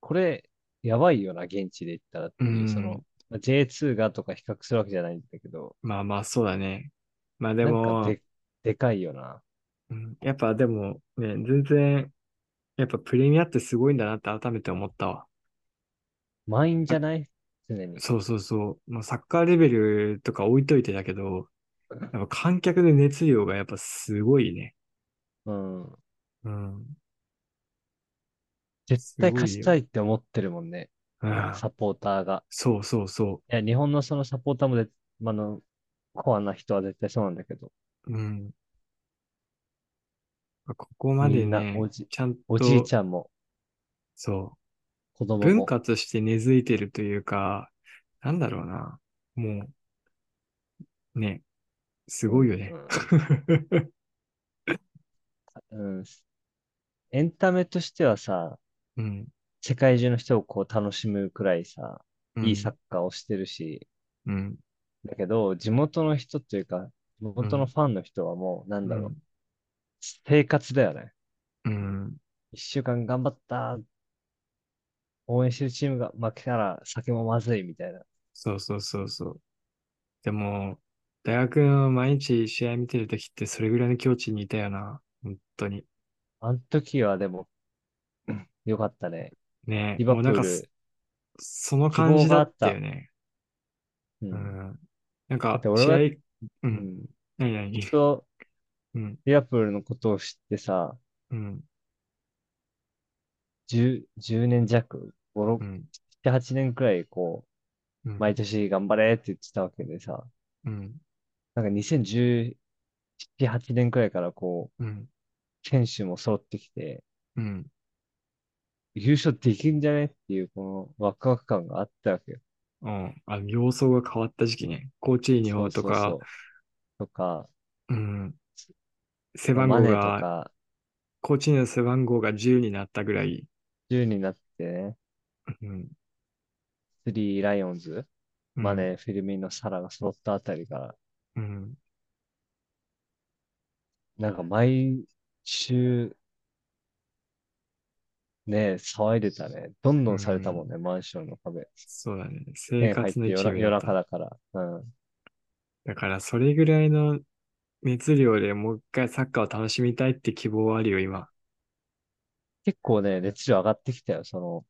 [SPEAKER 2] これ、やばいよな、現地で言ったらっ
[SPEAKER 1] う
[SPEAKER 2] ていう、そ
[SPEAKER 1] ん。
[SPEAKER 2] の、まあ J2 がとか比較するわけじゃないんだけど、
[SPEAKER 1] まあまあ、そうだね。まあで
[SPEAKER 2] なんか
[SPEAKER 1] も、
[SPEAKER 2] で、でかいよな。
[SPEAKER 1] うん、やっぱでもね、全然、やっぱプレミアってすごいんだなって改めて思ったわ。
[SPEAKER 2] 満員じ
[SPEAKER 1] あ
[SPEAKER 2] ゃない常に。
[SPEAKER 1] そうそうそう。もうサッカーレベルとか置いといてだけど、やっぱ観客の熱量がやっぱすごいね。
[SPEAKER 2] うん。
[SPEAKER 1] うん。
[SPEAKER 2] 絶
[SPEAKER 1] す
[SPEAKER 2] 対
[SPEAKER 1] ご
[SPEAKER 2] 勝
[SPEAKER 1] い
[SPEAKER 2] ちた
[SPEAKER 1] よ。
[SPEAKER 2] いって思ってるもんね。
[SPEAKER 1] う
[SPEAKER 2] あの、
[SPEAKER 1] ん。
[SPEAKER 2] サポーターが。
[SPEAKER 1] そうそうそ
[SPEAKER 2] いや、日本のそのサポーターもで、まあの、コアな人は絶対そうなんだけど、
[SPEAKER 1] う。うん。ここま
[SPEAKER 2] み
[SPEAKER 1] で
[SPEAKER 2] んな、お
[SPEAKER 1] ね、
[SPEAKER 2] じ、
[SPEAKER 1] ちゃん
[SPEAKER 2] おじい
[SPEAKER 1] と、
[SPEAKER 2] ちゃんも、
[SPEAKER 1] そう、
[SPEAKER 2] 子供
[SPEAKER 1] 文
[SPEAKER 2] も。
[SPEAKER 1] 化として根付いてるというか、なんだろうな。もう、ね、す
[SPEAKER 2] う
[SPEAKER 1] ごい
[SPEAKER 2] ん、
[SPEAKER 1] よね。
[SPEAKER 2] うん。うんエンタメとしてはさ、
[SPEAKER 1] うん、
[SPEAKER 2] 世界中の人をこう楽しむくらいさ、
[SPEAKER 1] う
[SPEAKER 2] いいサ
[SPEAKER 1] ん、
[SPEAKER 2] ッカーをしてるし、
[SPEAKER 1] うん、
[SPEAKER 2] だけど、地元の人というか、地
[SPEAKER 1] う
[SPEAKER 2] 元の
[SPEAKER 1] ん、
[SPEAKER 2] ファンの人はもう、なん
[SPEAKER 1] う
[SPEAKER 2] だろう、
[SPEAKER 1] ん、
[SPEAKER 2] 生活だよね。
[SPEAKER 1] うん、
[SPEAKER 2] 一週間頑張った、応援してるチームが負けたら酒もまずいみたいな。
[SPEAKER 1] そうそうそうそう。でも、大学の毎日試合見てるときってそれぐらいの境地にいたよな。本当に。
[SPEAKER 2] あの時はでも、うんよかったね。
[SPEAKER 1] ね、
[SPEAKER 2] リバ
[SPEAKER 1] もうな
[SPEAKER 2] プ
[SPEAKER 1] んか
[SPEAKER 2] ー
[SPEAKER 1] そ、
[SPEAKER 2] ル、
[SPEAKER 1] その
[SPEAKER 2] 希
[SPEAKER 1] 感
[SPEAKER 2] 望
[SPEAKER 1] じだ
[SPEAKER 2] があ
[SPEAKER 1] っ
[SPEAKER 2] った
[SPEAKER 1] よ
[SPEAKER 2] た。
[SPEAKER 1] ね。
[SPEAKER 2] う。
[SPEAKER 1] うんん。なん
[SPEAKER 2] だっ
[SPEAKER 1] か、
[SPEAKER 2] て俺
[SPEAKER 1] 試合、
[SPEAKER 2] は、
[SPEAKER 1] う、
[SPEAKER 2] うんん。
[SPEAKER 1] 何々、
[SPEAKER 2] ずっと
[SPEAKER 1] うん、
[SPEAKER 2] リバプールのことを知ってさ、
[SPEAKER 1] うん、
[SPEAKER 2] 10、10年弱、5、
[SPEAKER 1] う
[SPEAKER 2] 6、
[SPEAKER 1] ん、
[SPEAKER 2] 7、8年くらい、こ
[SPEAKER 1] う
[SPEAKER 2] う、
[SPEAKER 1] ん、
[SPEAKER 2] 毎年頑張れって言ってたわけでさ、
[SPEAKER 1] うん、
[SPEAKER 2] なんか2017、8年くらいからこ
[SPEAKER 1] うん、
[SPEAKER 2] う、選手も揃ってきて、
[SPEAKER 1] うん。
[SPEAKER 2] 優勝できんじゃねっていう、このワクワク感があったわけよ。
[SPEAKER 1] うん。あの、様相が変わった時期ね。コーチーニ
[SPEAKER 2] そ
[SPEAKER 1] ョ
[SPEAKER 2] う
[SPEAKER 1] と
[SPEAKER 2] そう
[SPEAKER 1] か、
[SPEAKER 2] そう。とか、
[SPEAKER 1] うん、背番
[SPEAKER 2] マ
[SPEAKER 1] 号
[SPEAKER 2] ネと
[SPEAKER 1] が、
[SPEAKER 2] か、
[SPEAKER 1] コーチーニョの背番号が10になったぐらい。
[SPEAKER 2] 10になってね、
[SPEAKER 1] うん、
[SPEAKER 2] スリーライオンズ、
[SPEAKER 1] う
[SPEAKER 2] マ
[SPEAKER 1] ん、
[SPEAKER 2] ネ、フィルミーノ、サラが揃ったあたりから、
[SPEAKER 1] うん。
[SPEAKER 2] なんか毎週ね、騒いでたね。どん
[SPEAKER 1] う
[SPEAKER 2] どんされたもん
[SPEAKER 1] ん、
[SPEAKER 2] ね、マンションの壁。
[SPEAKER 1] そうだね。生
[SPEAKER 2] ね、入っ
[SPEAKER 1] 活の
[SPEAKER 2] て
[SPEAKER 1] 一
[SPEAKER 2] 夜
[SPEAKER 1] 部
[SPEAKER 2] な、
[SPEAKER 1] だっ
[SPEAKER 2] 夜
[SPEAKER 1] た。
[SPEAKER 2] 中だから。うん。
[SPEAKER 1] だから、それぐらいの熱量でもう一回サッカーを楽しみたいって希望はあるよ、今。
[SPEAKER 2] 結構ね、熱量上がってきたよ。その、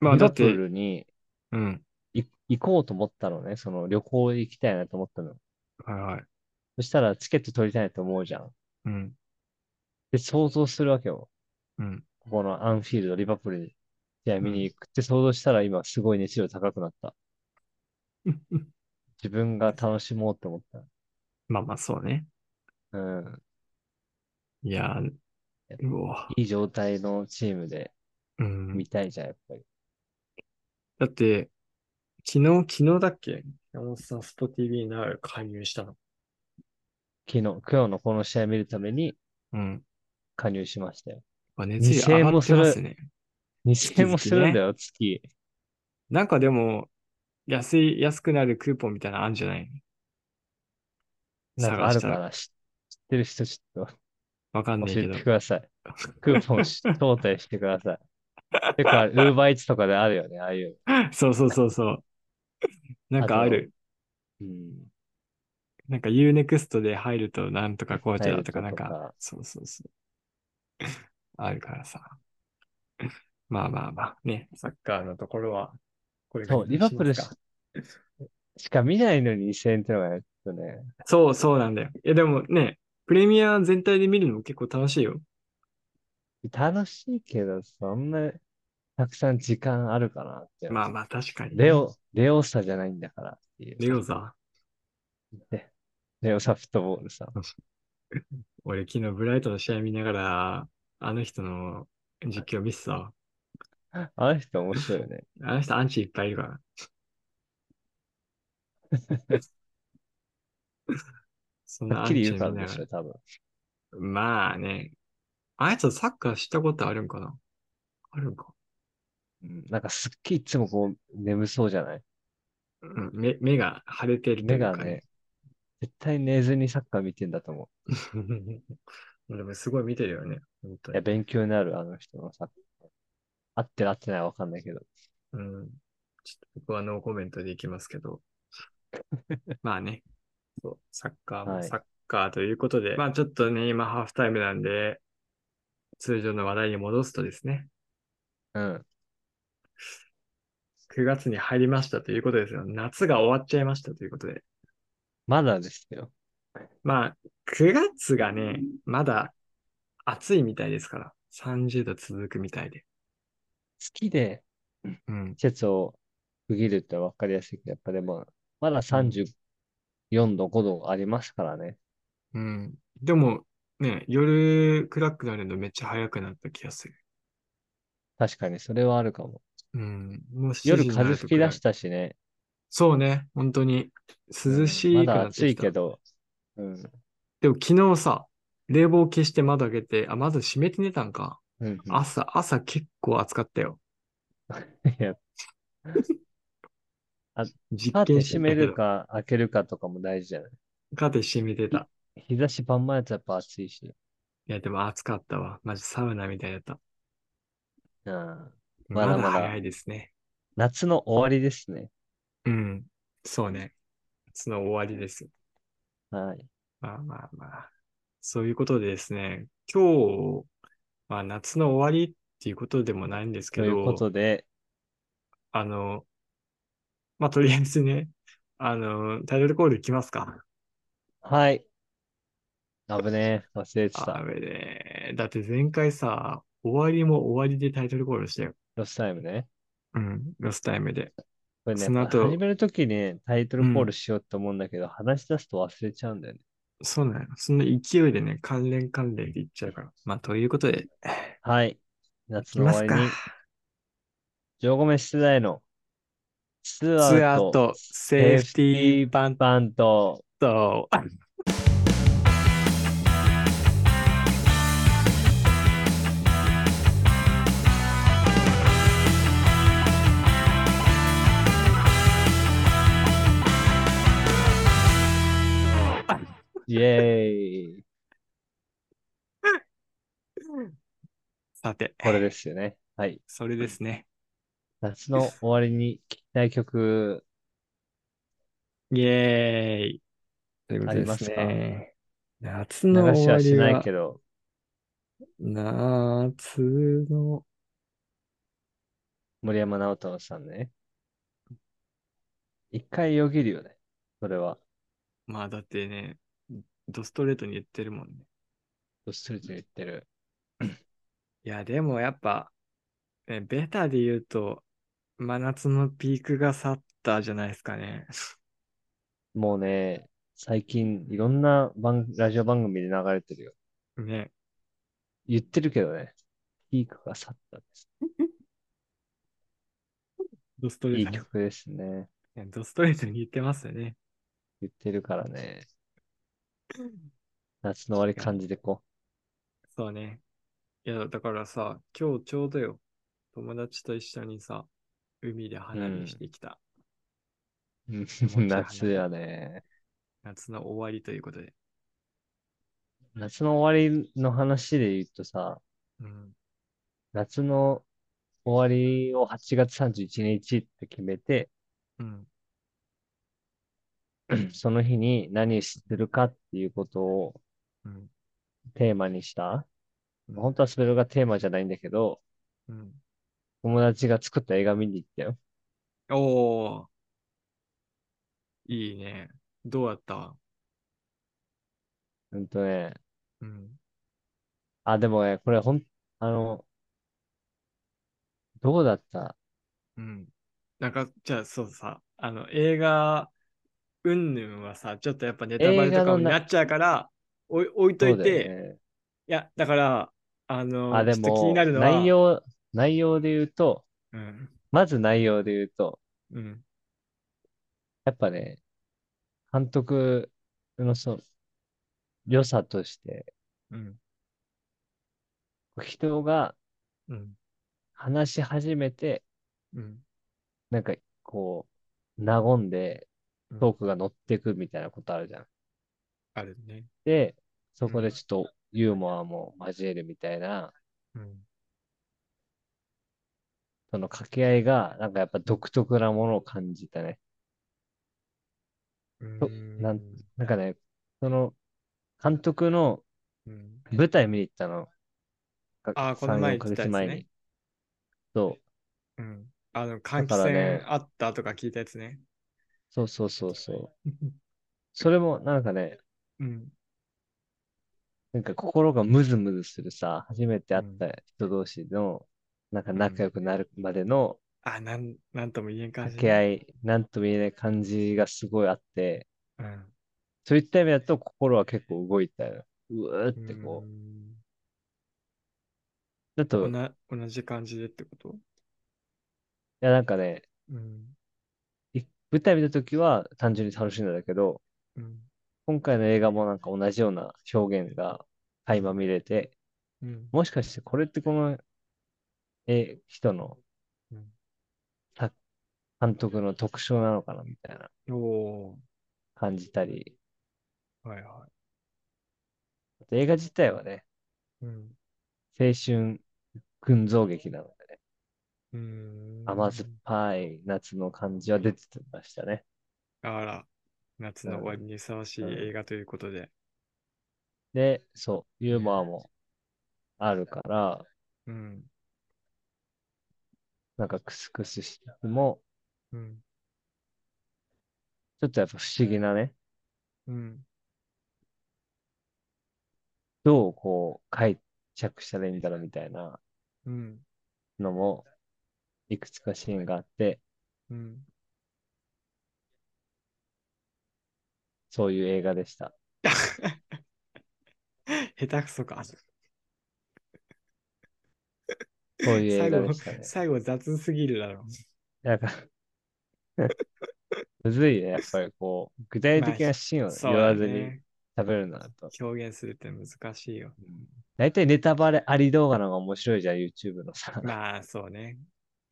[SPEAKER 1] まあ
[SPEAKER 2] リ
[SPEAKER 1] だ
[SPEAKER 2] バ
[SPEAKER 1] っ
[SPEAKER 2] プー
[SPEAKER 1] て、
[SPEAKER 2] ルに
[SPEAKER 1] うん。
[SPEAKER 2] い行こうと思ったのね。その旅行行きたいなと思ったの。
[SPEAKER 1] はいはい。
[SPEAKER 2] そしたらチケット取りたいと思うじゃん。
[SPEAKER 1] うん。
[SPEAKER 2] で、想像するわけよ。
[SPEAKER 1] うん。
[SPEAKER 2] ここのアンフィールド、リバプールで試合
[SPEAKER 1] う
[SPEAKER 2] 見に
[SPEAKER 1] ん。
[SPEAKER 2] 行くって想像したら今すごい熱量高くなった。自分が楽しもうと思った。
[SPEAKER 1] まあまあそうね。
[SPEAKER 2] うん。
[SPEAKER 1] いやー、
[SPEAKER 2] やっぱ
[SPEAKER 1] うわ。
[SPEAKER 2] いい状態のチームで
[SPEAKER 1] う
[SPEAKER 2] 見
[SPEAKER 1] ん。
[SPEAKER 2] たいじゃん、やっぱり。
[SPEAKER 1] だって、昨日、昨日だっけ山本さん、スポ TV なら加入したの。
[SPEAKER 2] 昨日、今日のこの試合見るために
[SPEAKER 1] うん。
[SPEAKER 2] 加入しましたよ。
[SPEAKER 1] まあ、熱量
[SPEAKER 2] 2000
[SPEAKER 1] 上
[SPEAKER 2] 円
[SPEAKER 1] がっ
[SPEAKER 2] も
[SPEAKER 1] て
[SPEAKER 2] す
[SPEAKER 1] ます
[SPEAKER 2] る。
[SPEAKER 1] ね。
[SPEAKER 2] 2000
[SPEAKER 1] 月
[SPEAKER 2] 円もす
[SPEAKER 1] 々
[SPEAKER 2] るんだ
[SPEAKER 1] ね。
[SPEAKER 2] よ、月。
[SPEAKER 1] なんかでも、安い、安くなるクーポンみたいなのあるんじゃない
[SPEAKER 2] なんか
[SPEAKER 1] 探
[SPEAKER 2] あ
[SPEAKER 1] し
[SPEAKER 2] る
[SPEAKER 1] た。
[SPEAKER 2] からら、知知ってる人ちょっ
[SPEAKER 1] わかん
[SPEAKER 2] と
[SPEAKER 1] ねえ
[SPEAKER 2] 教え
[SPEAKER 1] け
[SPEAKER 2] て
[SPEAKER 1] ど。
[SPEAKER 2] くだ さい。クーポンし招待してください。 結構ある、ウーバーイーツとかであるよね、ああいうの。
[SPEAKER 1] そうそうそうそう。なん
[SPEAKER 2] あ
[SPEAKER 1] かあ
[SPEAKER 2] と、
[SPEAKER 1] る。
[SPEAKER 2] うん、
[SPEAKER 1] なんか Unext で入るとなんとか紅茶
[SPEAKER 2] 入
[SPEAKER 1] だ
[SPEAKER 2] る
[SPEAKER 1] とか
[SPEAKER 2] と
[SPEAKER 1] なん
[SPEAKER 2] と
[SPEAKER 1] か、
[SPEAKER 2] か、
[SPEAKER 1] そうそうそう。あるからさ。まあまあまあ、ね、サッカーのところは、これぐら
[SPEAKER 2] そ、
[SPEAKER 1] いうに
[SPEAKER 2] リ
[SPEAKER 1] しま
[SPEAKER 2] バプー
[SPEAKER 1] す
[SPEAKER 2] ルし、
[SPEAKER 1] か。
[SPEAKER 2] しか見ないのに2000円ってのがね、ちょっとね、
[SPEAKER 1] そうそうなんだよ。いやでもね、プレミア全体で見るのも結構楽しいよ。
[SPEAKER 2] 楽しいけど、そんなたくさん時間あるかなって思
[SPEAKER 1] まあ
[SPEAKER 2] う。
[SPEAKER 1] まあ確かに
[SPEAKER 2] レ
[SPEAKER 1] ね。
[SPEAKER 2] オ、レオさじゃないんだからっていう
[SPEAKER 1] レオ
[SPEAKER 2] さ、
[SPEAKER 1] ザ、
[SPEAKER 2] ねレオさフットボールさ。
[SPEAKER 1] 俺昨日ブライトの試合見ながら、あの人の実況見てたわ。
[SPEAKER 2] あの人面白い よね。
[SPEAKER 1] あの人アンチいっぱいいるから。 そん
[SPEAKER 2] はっ
[SPEAKER 1] なア
[SPEAKER 2] き
[SPEAKER 1] ン
[SPEAKER 2] り言う
[SPEAKER 1] チ
[SPEAKER 2] か
[SPEAKER 1] 見な
[SPEAKER 2] らで
[SPEAKER 1] が
[SPEAKER 2] し
[SPEAKER 1] ら。
[SPEAKER 2] ょ、多分。
[SPEAKER 1] まあね、あいつサッカーしたことあるんかなあるんか。
[SPEAKER 2] うんなんかすっげえいつもこう眠そうじゃない
[SPEAKER 1] うん、目、目が腫れてると
[SPEAKER 2] 目
[SPEAKER 1] いう
[SPEAKER 2] が
[SPEAKER 1] かね。
[SPEAKER 2] ね、絶対寝ずにサッカー見てんだと思 う。
[SPEAKER 1] でもすごい見てるよね、本当
[SPEAKER 2] いや、
[SPEAKER 1] に。
[SPEAKER 2] 勉強になる、あの人のサッカー。合ってる合ってないわかんないけど。
[SPEAKER 1] うん。ちょっと僕はノーコメントでいきますけ ど。まあね、そう、サッカーも
[SPEAKER 2] はい。
[SPEAKER 1] サッカーということで、まあちょっとね、今ハーフタイムなんで、通常の話題に戻すとですね、
[SPEAKER 2] うん。
[SPEAKER 1] 9月に入りましたということですよ。夏が終わっちゃいましたということで。
[SPEAKER 2] まだですよ。
[SPEAKER 1] まあ、9月がね、まだ暑いみたいですから、30度続くみたいで。
[SPEAKER 2] 好きでうん
[SPEAKER 1] うん、
[SPEAKER 2] 季節を区切るってわかりやすいけど、やっぱでも、まだ
[SPEAKER 1] うん、
[SPEAKER 2] 34度、5度ありますからね。
[SPEAKER 1] うん。でも、ね、夜暗くなるのめっちゃ早くなった気がする。
[SPEAKER 2] 確かに、それはあるかも。
[SPEAKER 1] うん、もう7
[SPEAKER 2] 夜
[SPEAKER 1] 時にな
[SPEAKER 2] 風
[SPEAKER 1] ると
[SPEAKER 2] 吹き出
[SPEAKER 1] 暗
[SPEAKER 2] し
[SPEAKER 1] い。
[SPEAKER 2] たしね。
[SPEAKER 1] そうね、本当に
[SPEAKER 2] う
[SPEAKER 1] 涼
[SPEAKER 2] ん。ま
[SPEAKER 1] しく
[SPEAKER 2] だ
[SPEAKER 1] なって
[SPEAKER 2] 暑
[SPEAKER 1] き
[SPEAKER 2] いけ
[SPEAKER 1] た。
[SPEAKER 2] ど、うん。
[SPEAKER 1] でも昨日さ、冷房消して窓開けて、あ、窓閉めて寝たんか。
[SPEAKER 2] うんうん。
[SPEAKER 1] 朝、朝結構暑かったよ。
[SPEAKER 2] いや、あ、
[SPEAKER 1] 実
[SPEAKER 2] カーテン
[SPEAKER 1] 験してみ
[SPEAKER 2] 閉め
[SPEAKER 1] たけ
[SPEAKER 2] る
[SPEAKER 1] ど、
[SPEAKER 2] か開けるかとかも大事じゃない
[SPEAKER 1] カーテン閉めて
[SPEAKER 2] ひ
[SPEAKER 1] た。
[SPEAKER 2] 日差しバンバンやつやっぱ暑いし。
[SPEAKER 1] いや、でも暑かったわ。マジサウナみたいだった。
[SPEAKER 2] うん。ま
[SPEAKER 1] ま
[SPEAKER 2] だ
[SPEAKER 1] だ
[SPEAKER 2] ま
[SPEAKER 1] 早
[SPEAKER 2] だ
[SPEAKER 1] いですね。
[SPEAKER 2] 夏の終わりですね。
[SPEAKER 1] うん。そうね。その終わりです。
[SPEAKER 2] はい。
[SPEAKER 1] まあまあまあ。そういうことでですね、今日、まあ夏の終わりっていうことでもないんですけ
[SPEAKER 2] というこ
[SPEAKER 1] ど、
[SPEAKER 2] とで、
[SPEAKER 1] あの、まあとりあえずね、あの、タイトルコールいきますか。
[SPEAKER 2] はい。危ねえ。忘れて
[SPEAKER 1] あ
[SPEAKER 2] た。
[SPEAKER 1] べね。だって前回さ、終わりも終わりでタイトルコールしたよ。
[SPEAKER 2] ロスタイムね。
[SPEAKER 1] うん。ロスタイムで。
[SPEAKER 2] これね、や
[SPEAKER 1] そ
[SPEAKER 2] っ
[SPEAKER 1] の
[SPEAKER 2] ぱ始
[SPEAKER 1] 後、
[SPEAKER 2] めるときにタイト
[SPEAKER 1] う
[SPEAKER 2] ルコール
[SPEAKER 1] ん。
[SPEAKER 2] しようと思うんだけど、話し出すと忘れちゃうんだよね。
[SPEAKER 1] そうなの。その勢いでね、関連関連でいっちゃうから。まあということで、
[SPEAKER 2] はい。
[SPEAKER 1] い
[SPEAKER 2] 夏
[SPEAKER 1] き
[SPEAKER 2] の
[SPEAKER 1] ます
[SPEAKER 2] 終わり
[SPEAKER 1] か。
[SPEAKER 2] に、15名出題のツーア
[SPEAKER 1] ツ
[SPEAKER 2] ウ
[SPEAKER 1] ーアウ
[SPEAKER 2] ト、
[SPEAKER 1] ト、セー
[SPEAKER 2] セー
[SPEAKER 1] フ
[SPEAKER 2] フ
[SPEAKER 1] テ
[SPEAKER 2] テ
[SPEAKER 1] ィ
[SPEAKER 2] ィ
[SPEAKER 1] ー
[SPEAKER 2] ー
[SPEAKER 1] バン
[SPEAKER 2] バント。
[SPEAKER 1] ト。
[SPEAKER 2] イェーイ。
[SPEAKER 1] さて、
[SPEAKER 2] これですよね。はい。
[SPEAKER 1] それですね。
[SPEAKER 2] 夏の終わりに聴きたい曲
[SPEAKER 1] イエーイ。というこ
[SPEAKER 2] あ
[SPEAKER 1] と
[SPEAKER 2] り
[SPEAKER 1] で
[SPEAKER 2] ますすか
[SPEAKER 1] ね。夏
[SPEAKER 2] 流
[SPEAKER 1] の
[SPEAKER 2] し
[SPEAKER 1] 終
[SPEAKER 2] は
[SPEAKER 1] わ
[SPEAKER 2] し
[SPEAKER 1] り
[SPEAKER 2] ない
[SPEAKER 1] は、
[SPEAKER 2] けど、
[SPEAKER 1] 夏の、
[SPEAKER 2] 森山直太朗さんね。一回よぎるよね。それは。
[SPEAKER 1] まあだってね、ドストレートに言ってるもんね。
[SPEAKER 2] どっしりと言ってる。
[SPEAKER 1] いや、でもやっぱ、えベタで言うと、真夏のピークが去ったじゃないですかね。
[SPEAKER 2] もうね、最近いろんな番、ラジオ番組で流れてるよ。
[SPEAKER 1] ね。
[SPEAKER 2] 言ってるけどね。ピークが去ったんです。
[SPEAKER 1] ドストレー
[SPEAKER 2] いい
[SPEAKER 1] トにい
[SPEAKER 2] 曲ですね。
[SPEAKER 1] や。ドストレートに言ってますよね。
[SPEAKER 2] 言ってるからね。夏の終わり感じてこ
[SPEAKER 1] そうね。いや、だからさ、今日ちょうどよ、友達と一緒にさ、海で花見してきた。
[SPEAKER 2] う。うん
[SPEAKER 1] 気持ちいい
[SPEAKER 2] 夏やね。
[SPEAKER 1] 夏の終わりということで。
[SPEAKER 2] 夏の終わりの話で言うとさ、
[SPEAKER 1] うん。
[SPEAKER 2] 夏の終わりを8月31日って決めて、
[SPEAKER 1] うん。
[SPEAKER 2] その日に何するかっていうことを
[SPEAKER 1] うん。
[SPEAKER 2] テーマにした。
[SPEAKER 1] うん
[SPEAKER 2] 本当はそれがテーマじゃないんだけど、
[SPEAKER 1] うん、
[SPEAKER 2] 友達が作った映画見に行ったよ。
[SPEAKER 1] おー。いいね。どうやった
[SPEAKER 2] うんとね、
[SPEAKER 1] うん。
[SPEAKER 2] あ、でもね、これほん、あの、どうだった
[SPEAKER 1] うん。なんか、じゃあ、そうさ、あの、映画、うんぬんはさ、ちょっとやっぱネタバレ
[SPEAKER 2] 映画
[SPEAKER 1] とか
[SPEAKER 2] の
[SPEAKER 1] に
[SPEAKER 2] な
[SPEAKER 1] なっちゃうから、おい置いとい
[SPEAKER 2] そうだよ
[SPEAKER 1] て、
[SPEAKER 2] ね
[SPEAKER 1] いや、だから、あの、
[SPEAKER 2] あ、で
[SPEAKER 1] ちょっと
[SPEAKER 2] も、
[SPEAKER 1] 気になるのは、
[SPEAKER 2] 内容、内容で言うと、
[SPEAKER 1] うん、
[SPEAKER 2] まず内容で言うと、
[SPEAKER 1] うん、
[SPEAKER 2] やっぱね、監督のその、良さとして、
[SPEAKER 1] うん、
[SPEAKER 2] 人が
[SPEAKER 1] うん、
[SPEAKER 2] 話し始めて、
[SPEAKER 1] うん、
[SPEAKER 2] なんか、こう、和んで、
[SPEAKER 1] うん
[SPEAKER 2] トークが乗ってくみたいなことあるじゃん。
[SPEAKER 1] あるね。
[SPEAKER 2] で、そこでちょっとユーモアも交えるみたいな、
[SPEAKER 1] うん、
[SPEAKER 2] その掛け合いが、なんかやっぱ独特なものを感じたね。
[SPEAKER 1] う
[SPEAKER 2] と
[SPEAKER 1] ん、
[SPEAKER 2] なんなんかね、その、監督の
[SPEAKER 1] うん、
[SPEAKER 2] 舞台見に行ったの。
[SPEAKER 1] あーこの
[SPEAKER 2] 3
[SPEAKER 1] 前
[SPEAKER 2] 4ヶ月
[SPEAKER 1] 言ってたやつね
[SPEAKER 2] 前に。そう、
[SPEAKER 1] うん。あの、換気
[SPEAKER 2] だから
[SPEAKER 1] 扇
[SPEAKER 2] ね
[SPEAKER 1] あったとか聞いたやつね。
[SPEAKER 2] そうそうそうそう。それもなんかね、
[SPEAKER 1] うん、
[SPEAKER 2] なんか心がムズムズするさ、初めて会った人同士の、なんか仲良くなるまでの
[SPEAKER 1] あ、なん、なんとも言えん感じ
[SPEAKER 2] 掛
[SPEAKER 1] ね。
[SPEAKER 2] け合い、なんとも言えない感じがすごいあって、
[SPEAKER 1] うん。
[SPEAKER 2] そういった意味だと心は結構動いたよ。うわーってこ
[SPEAKER 1] うん
[SPEAKER 2] う。だと、
[SPEAKER 1] お
[SPEAKER 2] い
[SPEAKER 1] な同じ感じでってこと
[SPEAKER 2] やなんかね、
[SPEAKER 1] うん。
[SPEAKER 2] い舞台見たときは単純に楽しんだんだけど、
[SPEAKER 1] うん。
[SPEAKER 2] 今回の映画もなんか同じような表現が垣間見れて、
[SPEAKER 1] うん。
[SPEAKER 2] もしかしてこれってこの、え、人の
[SPEAKER 1] うん
[SPEAKER 2] た監督の特徴なのかなみたいな
[SPEAKER 1] お
[SPEAKER 2] 感じたり、
[SPEAKER 1] ー。はいは
[SPEAKER 2] あと映画自体はね、
[SPEAKER 1] い。うん。
[SPEAKER 2] 青春群像劇なのでね、
[SPEAKER 1] うーん。
[SPEAKER 2] 甘酸っぱい夏の感じは出てましたね。
[SPEAKER 1] あら、夏の終わりにふさわしい
[SPEAKER 2] うん
[SPEAKER 1] 映画ということで。
[SPEAKER 2] で、そう、ユーモアもあるから、
[SPEAKER 1] うん。
[SPEAKER 2] なんかクスクスしつつも、
[SPEAKER 1] うん。
[SPEAKER 2] ちょっとやっぱ不思議なね、
[SPEAKER 1] うん。
[SPEAKER 2] どうこう解釈したらいいんだろうみたいな
[SPEAKER 1] うん。
[SPEAKER 2] のも、いくつかシーンがあって、
[SPEAKER 1] うん。
[SPEAKER 2] そういう映画でした。
[SPEAKER 1] 下手くそか。
[SPEAKER 2] そういう映
[SPEAKER 1] 最
[SPEAKER 2] 画
[SPEAKER 1] 後
[SPEAKER 2] でした、ね。
[SPEAKER 1] 最後雑すぎるだろ。
[SPEAKER 2] なんか むずいね。やっぱりこう、具体的なシーンを
[SPEAKER 1] そう
[SPEAKER 2] 言
[SPEAKER 1] だ
[SPEAKER 2] わずに
[SPEAKER 1] ね。
[SPEAKER 2] 食べるなと。
[SPEAKER 1] 表現するって難しいよ。
[SPEAKER 2] 大体ネタバレあり動画の方が面白いじゃん、YouTube のさ。
[SPEAKER 1] まあ、そうね。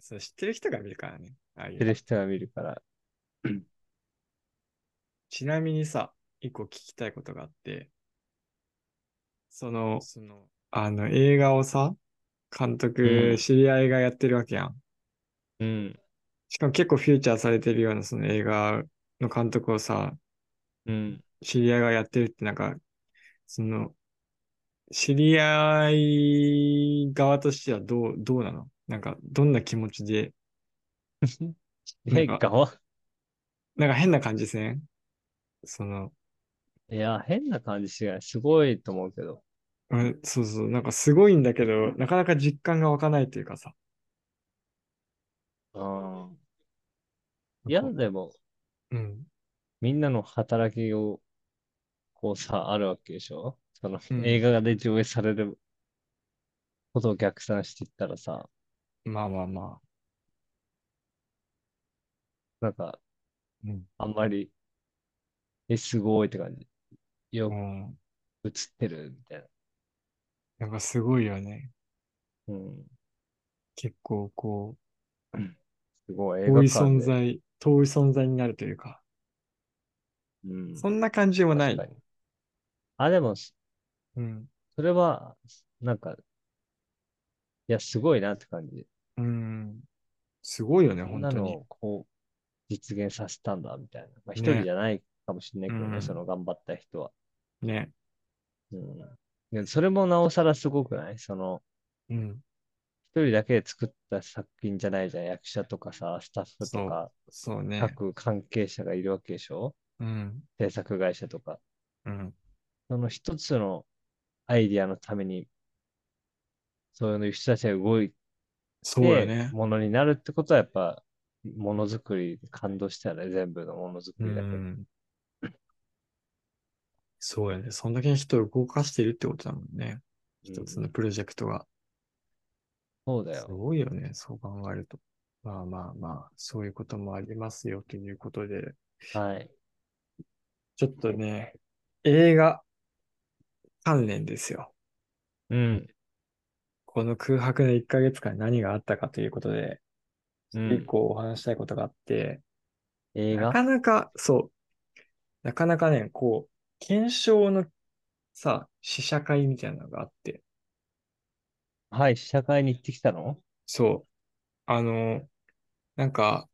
[SPEAKER 1] そう知ってる人が見るからね。ああい
[SPEAKER 2] 知
[SPEAKER 1] う
[SPEAKER 2] ってる人が見るから。
[SPEAKER 1] ちなみにさ、一個聞きたいことがあって、その、その、あの、映画をさ、監
[SPEAKER 2] う
[SPEAKER 1] 督
[SPEAKER 2] ん、
[SPEAKER 1] 知り合いがやってるわけやん。
[SPEAKER 2] うん。
[SPEAKER 1] しかも結構フューチャーされてるようなその映画の監督をさ、
[SPEAKER 2] うん。
[SPEAKER 1] 知り合いがやってるってなんか、その、知り合い側としてはどう、どうなのなんか、どんな気持ちで、
[SPEAKER 2] え、
[SPEAKER 1] なんか
[SPEAKER 2] 側
[SPEAKER 1] なんか変な感じですね。その、
[SPEAKER 2] いや、変な感じしない。すごいと思うけど。
[SPEAKER 1] うん、そうそう、なんかすごいんだけど、なかなか実感が湧かないというかさ。
[SPEAKER 2] うん。いや、でも、
[SPEAKER 1] うん。
[SPEAKER 2] みんなの働きを、こうさ、あるわけでしょその、
[SPEAKER 1] うん
[SPEAKER 2] 映画で上映されることを逆算していったらさ、
[SPEAKER 1] まあまあまあ。
[SPEAKER 2] なんか、
[SPEAKER 1] うん。
[SPEAKER 2] あんまり、え、すごいって感じ。よ
[SPEAKER 1] う
[SPEAKER 2] く
[SPEAKER 1] ん、
[SPEAKER 2] 映ってる、みたいな。
[SPEAKER 1] なんかすごいよね。
[SPEAKER 2] うん。
[SPEAKER 1] 結構こ
[SPEAKER 2] すごい、
[SPEAKER 1] う、
[SPEAKER 2] 映
[SPEAKER 1] 遠い
[SPEAKER 2] 画館
[SPEAKER 1] 存
[SPEAKER 2] で。
[SPEAKER 1] 在、遠い存在になるというか、
[SPEAKER 2] うん。
[SPEAKER 1] そんな感じでもない。
[SPEAKER 2] 確かにあ、でも、そ
[SPEAKER 1] うん。
[SPEAKER 2] れは、なんか、いや、すごいなって感じ。
[SPEAKER 1] うん。すごいよね、
[SPEAKER 2] こん
[SPEAKER 1] 本
[SPEAKER 2] な
[SPEAKER 1] 当
[SPEAKER 2] の
[SPEAKER 1] に。
[SPEAKER 2] を、こう、実現させたんだ、みたいな。まあ、
[SPEAKER 1] ね
[SPEAKER 2] 一人じゃないかもしれないけど
[SPEAKER 1] う
[SPEAKER 2] ね、
[SPEAKER 1] ん
[SPEAKER 2] その頑張った人は。
[SPEAKER 1] ね。
[SPEAKER 2] うん。でそれもなおさらすごくないその、
[SPEAKER 1] うん。
[SPEAKER 2] 一人だけで作った作品じゃないじゃん。役者とかさ、スタッフとか、
[SPEAKER 1] そうね。
[SPEAKER 2] 各関係者がいるわけでしょ
[SPEAKER 1] うん。
[SPEAKER 2] 制作会社とか。
[SPEAKER 1] うん。
[SPEAKER 2] その一つのアイディアのために、そういう人たちが動い
[SPEAKER 1] そうよ
[SPEAKER 2] て、
[SPEAKER 1] ね。
[SPEAKER 2] ものになるってことは、やっぱ、ものづくり、感動したよね、全部のものづ
[SPEAKER 1] う
[SPEAKER 2] くりだけで。
[SPEAKER 1] ん。そうよね。そんだけ人を動かしてるってことだもんね。一つのプロジェクトが。
[SPEAKER 2] そうだ
[SPEAKER 1] す
[SPEAKER 2] よ。
[SPEAKER 1] ごいよね。そう考えると。まあまあまあ、そういうこともありますよということで。
[SPEAKER 2] はい。
[SPEAKER 1] ちょっとね、映画関連ですよ。
[SPEAKER 2] うん。
[SPEAKER 1] この空白の1ヶ月間何があったかということで、
[SPEAKER 2] うん
[SPEAKER 1] 結構お話したいことがあって、
[SPEAKER 2] 映
[SPEAKER 1] なか
[SPEAKER 2] 画
[SPEAKER 1] なか、そう、なかなかね、こう、検証のさ、試写会みたいなのがあって、
[SPEAKER 2] はい、試写会に行ってきたの
[SPEAKER 1] そう、あの、なんか、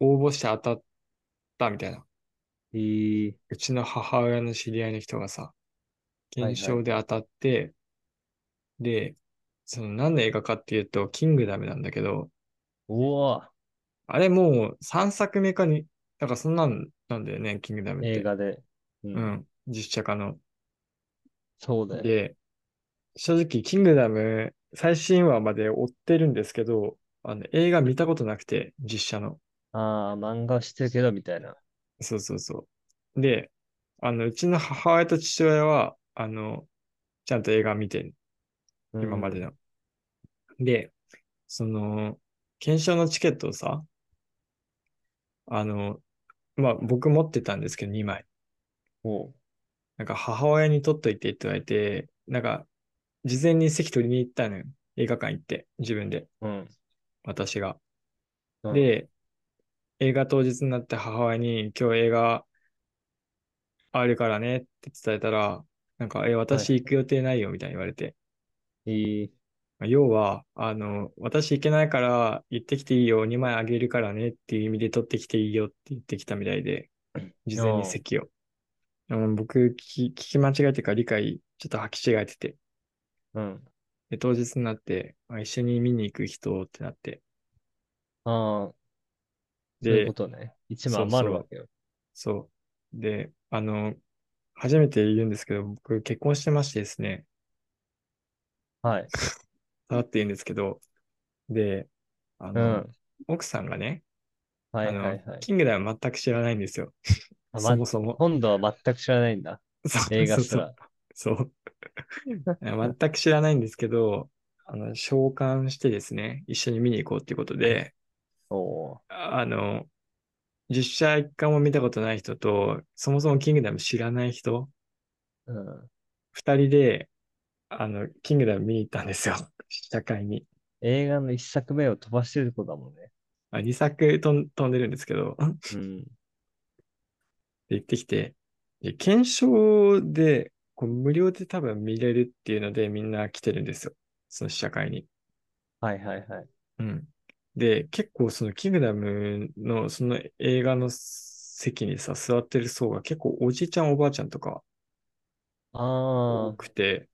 [SPEAKER 1] 応募して当たったみたいな、
[SPEAKER 2] えー、
[SPEAKER 1] うちの母親の知り合いの人がさ、
[SPEAKER 2] いは
[SPEAKER 1] 検
[SPEAKER 2] い
[SPEAKER 1] 証で当たって、で、その何の映画かっていうと、キングダムなんだけど、
[SPEAKER 2] おぉ、
[SPEAKER 1] あれもう3作目かに、だからそんなんなんだよね、キングダムって。
[SPEAKER 2] 映画で。うん
[SPEAKER 1] うん、実写化の。
[SPEAKER 2] そうだよ。
[SPEAKER 1] で、正直、キングダム最新話まで追ってるんですけど、あの映画見たことなくて、実写の。
[SPEAKER 2] ああ、漫画してるけど、みたいな。
[SPEAKER 1] そうそうそう。で、あの、うちの母親と父親は、あの、ちゃんと映画見てる、
[SPEAKER 2] うん
[SPEAKER 1] 今まで。の。で、その、検証のチケットをさ、あの、まあ、僕持ってたんですけど、2枚。
[SPEAKER 2] おう
[SPEAKER 1] なんか母親に取っといてって言われて、なんか、事前に席取りに行ったのよ。映画館行って、自分で、
[SPEAKER 2] うん。
[SPEAKER 1] 私が。
[SPEAKER 2] うん、
[SPEAKER 1] で、映画当日になって母親に、今日映画あるからねって伝えたら、なんか、え、私行く予定ないよみたいに言われて。
[SPEAKER 2] えー、
[SPEAKER 1] まあ要は、あの、私行けないから行ってきていいよ、2枚あげるからねっていう意味で取ってきていいよって言ってきたみたいで、事前に席を。でも僕聞き、聞き間違えてか理解、ちょっと履き違えてて。
[SPEAKER 2] うん。
[SPEAKER 1] で、当日になって、あ一緒に見に行く人ってなって。
[SPEAKER 2] ああ、そういう
[SPEAKER 1] で
[SPEAKER 2] こ、とね。一枚余るわけよ。
[SPEAKER 1] そう。で、あの、初めて言うんですけど、僕結婚してましてですね、
[SPEAKER 2] はい。
[SPEAKER 1] さらって言うんですけど、で、あ
[SPEAKER 2] う
[SPEAKER 1] の、
[SPEAKER 2] ん。
[SPEAKER 1] 奥さんがね、
[SPEAKER 2] はい
[SPEAKER 1] あ
[SPEAKER 2] はい
[SPEAKER 1] の、
[SPEAKER 2] はい。
[SPEAKER 1] キングダム全く知らないんですよ。
[SPEAKER 2] あま
[SPEAKER 1] そもそも。
[SPEAKER 2] 今度は全く知らないんだ。
[SPEAKER 1] そう
[SPEAKER 2] 映画
[SPEAKER 1] そう
[SPEAKER 2] す
[SPEAKER 1] そ
[SPEAKER 2] ら
[SPEAKER 1] う。。そう。全く知らないんですけど、あの、召喚してですね、一緒に見に行こうっていうことで、
[SPEAKER 2] おー
[SPEAKER 1] あの、実写一回も見たことない人と、そもそもキングダム知らない人、
[SPEAKER 2] うん。
[SPEAKER 1] 二人で、あの、キングダム見に行ったんですよ。試写会に。
[SPEAKER 2] 映画の一作目を飛ばしてることだもんね。
[SPEAKER 1] あ、二作とん飛んでるんですけど、で
[SPEAKER 2] うん。
[SPEAKER 1] 行ってきて、で検証で、こう無料で多分見れるっていうので、みんな来てるんですよ。その試写会に。
[SPEAKER 2] はいはいはい。
[SPEAKER 1] うん。で、結構そのキングダムのその映画の席にさ、座ってる層が結構おじいちゃんおばあちゃんとか
[SPEAKER 2] あ
[SPEAKER 1] 多くて、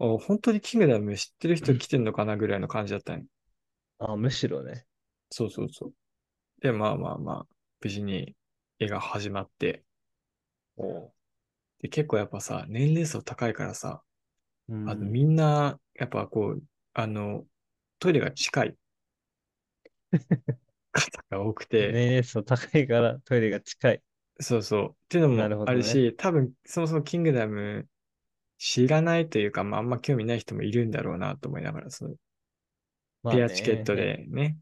[SPEAKER 1] あ本当にキングダム知ってる人来てんのかなぐらいの感じだったんよ
[SPEAKER 2] あ、むしろね。
[SPEAKER 1] そうそうそう。で、まあまあまあ、無事に絵が始まって、
[SPEAKER 2] おう
[SPEAKER 1] で、結構やっぱさ、年齢層高いからさ、
[SPEAKER 2] うん
[SPEAKER 1] あのみんな、やっぱこう、あの、トイレが近い方が多くて、
[SPEAKER 2] 年齢層高いからトイレが近い。
[SPEAKER 1] そうそう。っていう
[SPEAKER 2] な
[SPEAKER 1] の
[SPEAKER 2] るほ
[SPEAKER 1] も
[SPEAKER 2] ど
[SPEAKER 1] あ
[SPEAKER 2] ね
[SPEAKER 1] るし、多分、そもそもキングダム知らないというか、まあ、あんま興味ない人もいるんだろうなと思いながら、その
[SPEAKER 2] まあ
[SPEAKER 1] ペ
[SPEAKER 2] ね
[SPEAKER 1] アチケット。でね、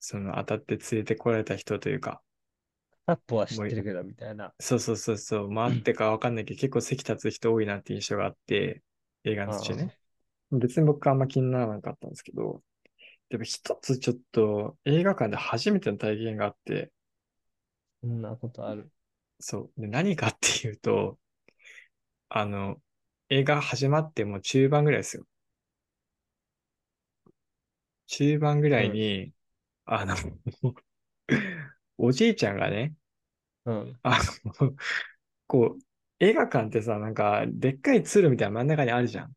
[SPEAKER 1] その当たって連れてこられた人というか、
[SPEAKER 2] 片っぽは知ってるけど、みたいな。
[SPEAKER 1] そうそうそうそう、まあ、あってかわかんないけど、結構席立つ人多いなって印象があって、映画の途中ね。別に僕はあんま気にならなかったんですけど、でも一つちょっと映画館で初めての体験があって、
[SPEAKER 2] そんなことある。
[SPEAKER 1] そう。で、何かっていうと、あの、映画始まってもう中盤ぐらいですよ。中盤ぐらいに、あの、 おじいちゃんがね、
[SPEAKER 2] うん。
[SPEAKER 1] あの、こう、映画館ってさ、なんか、でっかい通路みたいな真ん中にあるじゃん。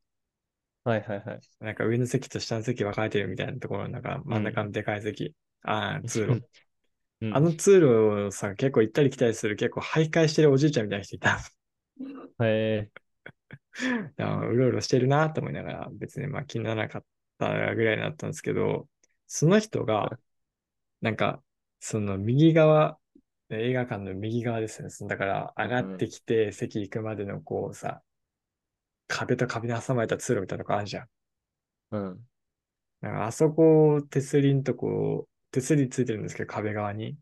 [SPEAKER 2] はいはいはい。
[SPEAKER 1] なんか上の席と下の席分かれてるみたいなところの、なんか真ん中のでかい席。ああ、通路。
[SPEAKER 2] うん。
[SPEAKER 1] あの通路をさ、結構行ったり来たりする、結構徘徊してるおじいちゃんみたいな人いた。
[SPEAKER 2] へえ
[SPEAKER 1] だからうろうろしてるなと思いながら、別にまあ気にならなかったぐらいだったんですけど、その人が、なんか、その右側、映画館の右側ですね。そのだから、上がってきて、席行くまでのこうさ、壁と壁に挟まれた通路みたいなとこあるじゃん。
[SPEAKER 2] うん。
[SPEAKER 1] なんかあそこを手すりんとこ、手すりついてるんですけど、壁側に。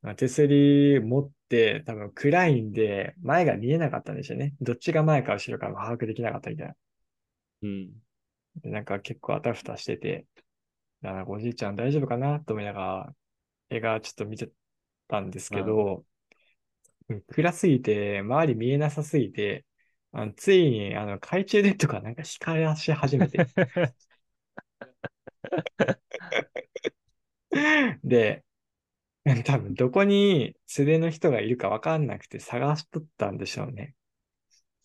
[SPEAKER 1] なんか手すり持って、多分暗いんで、前が見えなかったんでしょうね。どっちが前か後ろかも把握できなかったみたいな。
[SPEAKER 2] うん。
[SPEAKER 1] で、なんか結構あたふたしてて、だからなんかおじいちゃん大丈夫かなと思いながら、映画ちょっと見てたんですけど、うん暗すぎて、周り見えなさすぎて、あのついにあの懐中電灯がなんか光らし始め て、で、多分どこに連れの人がいるかわかんなくて探しとったんでしょうね。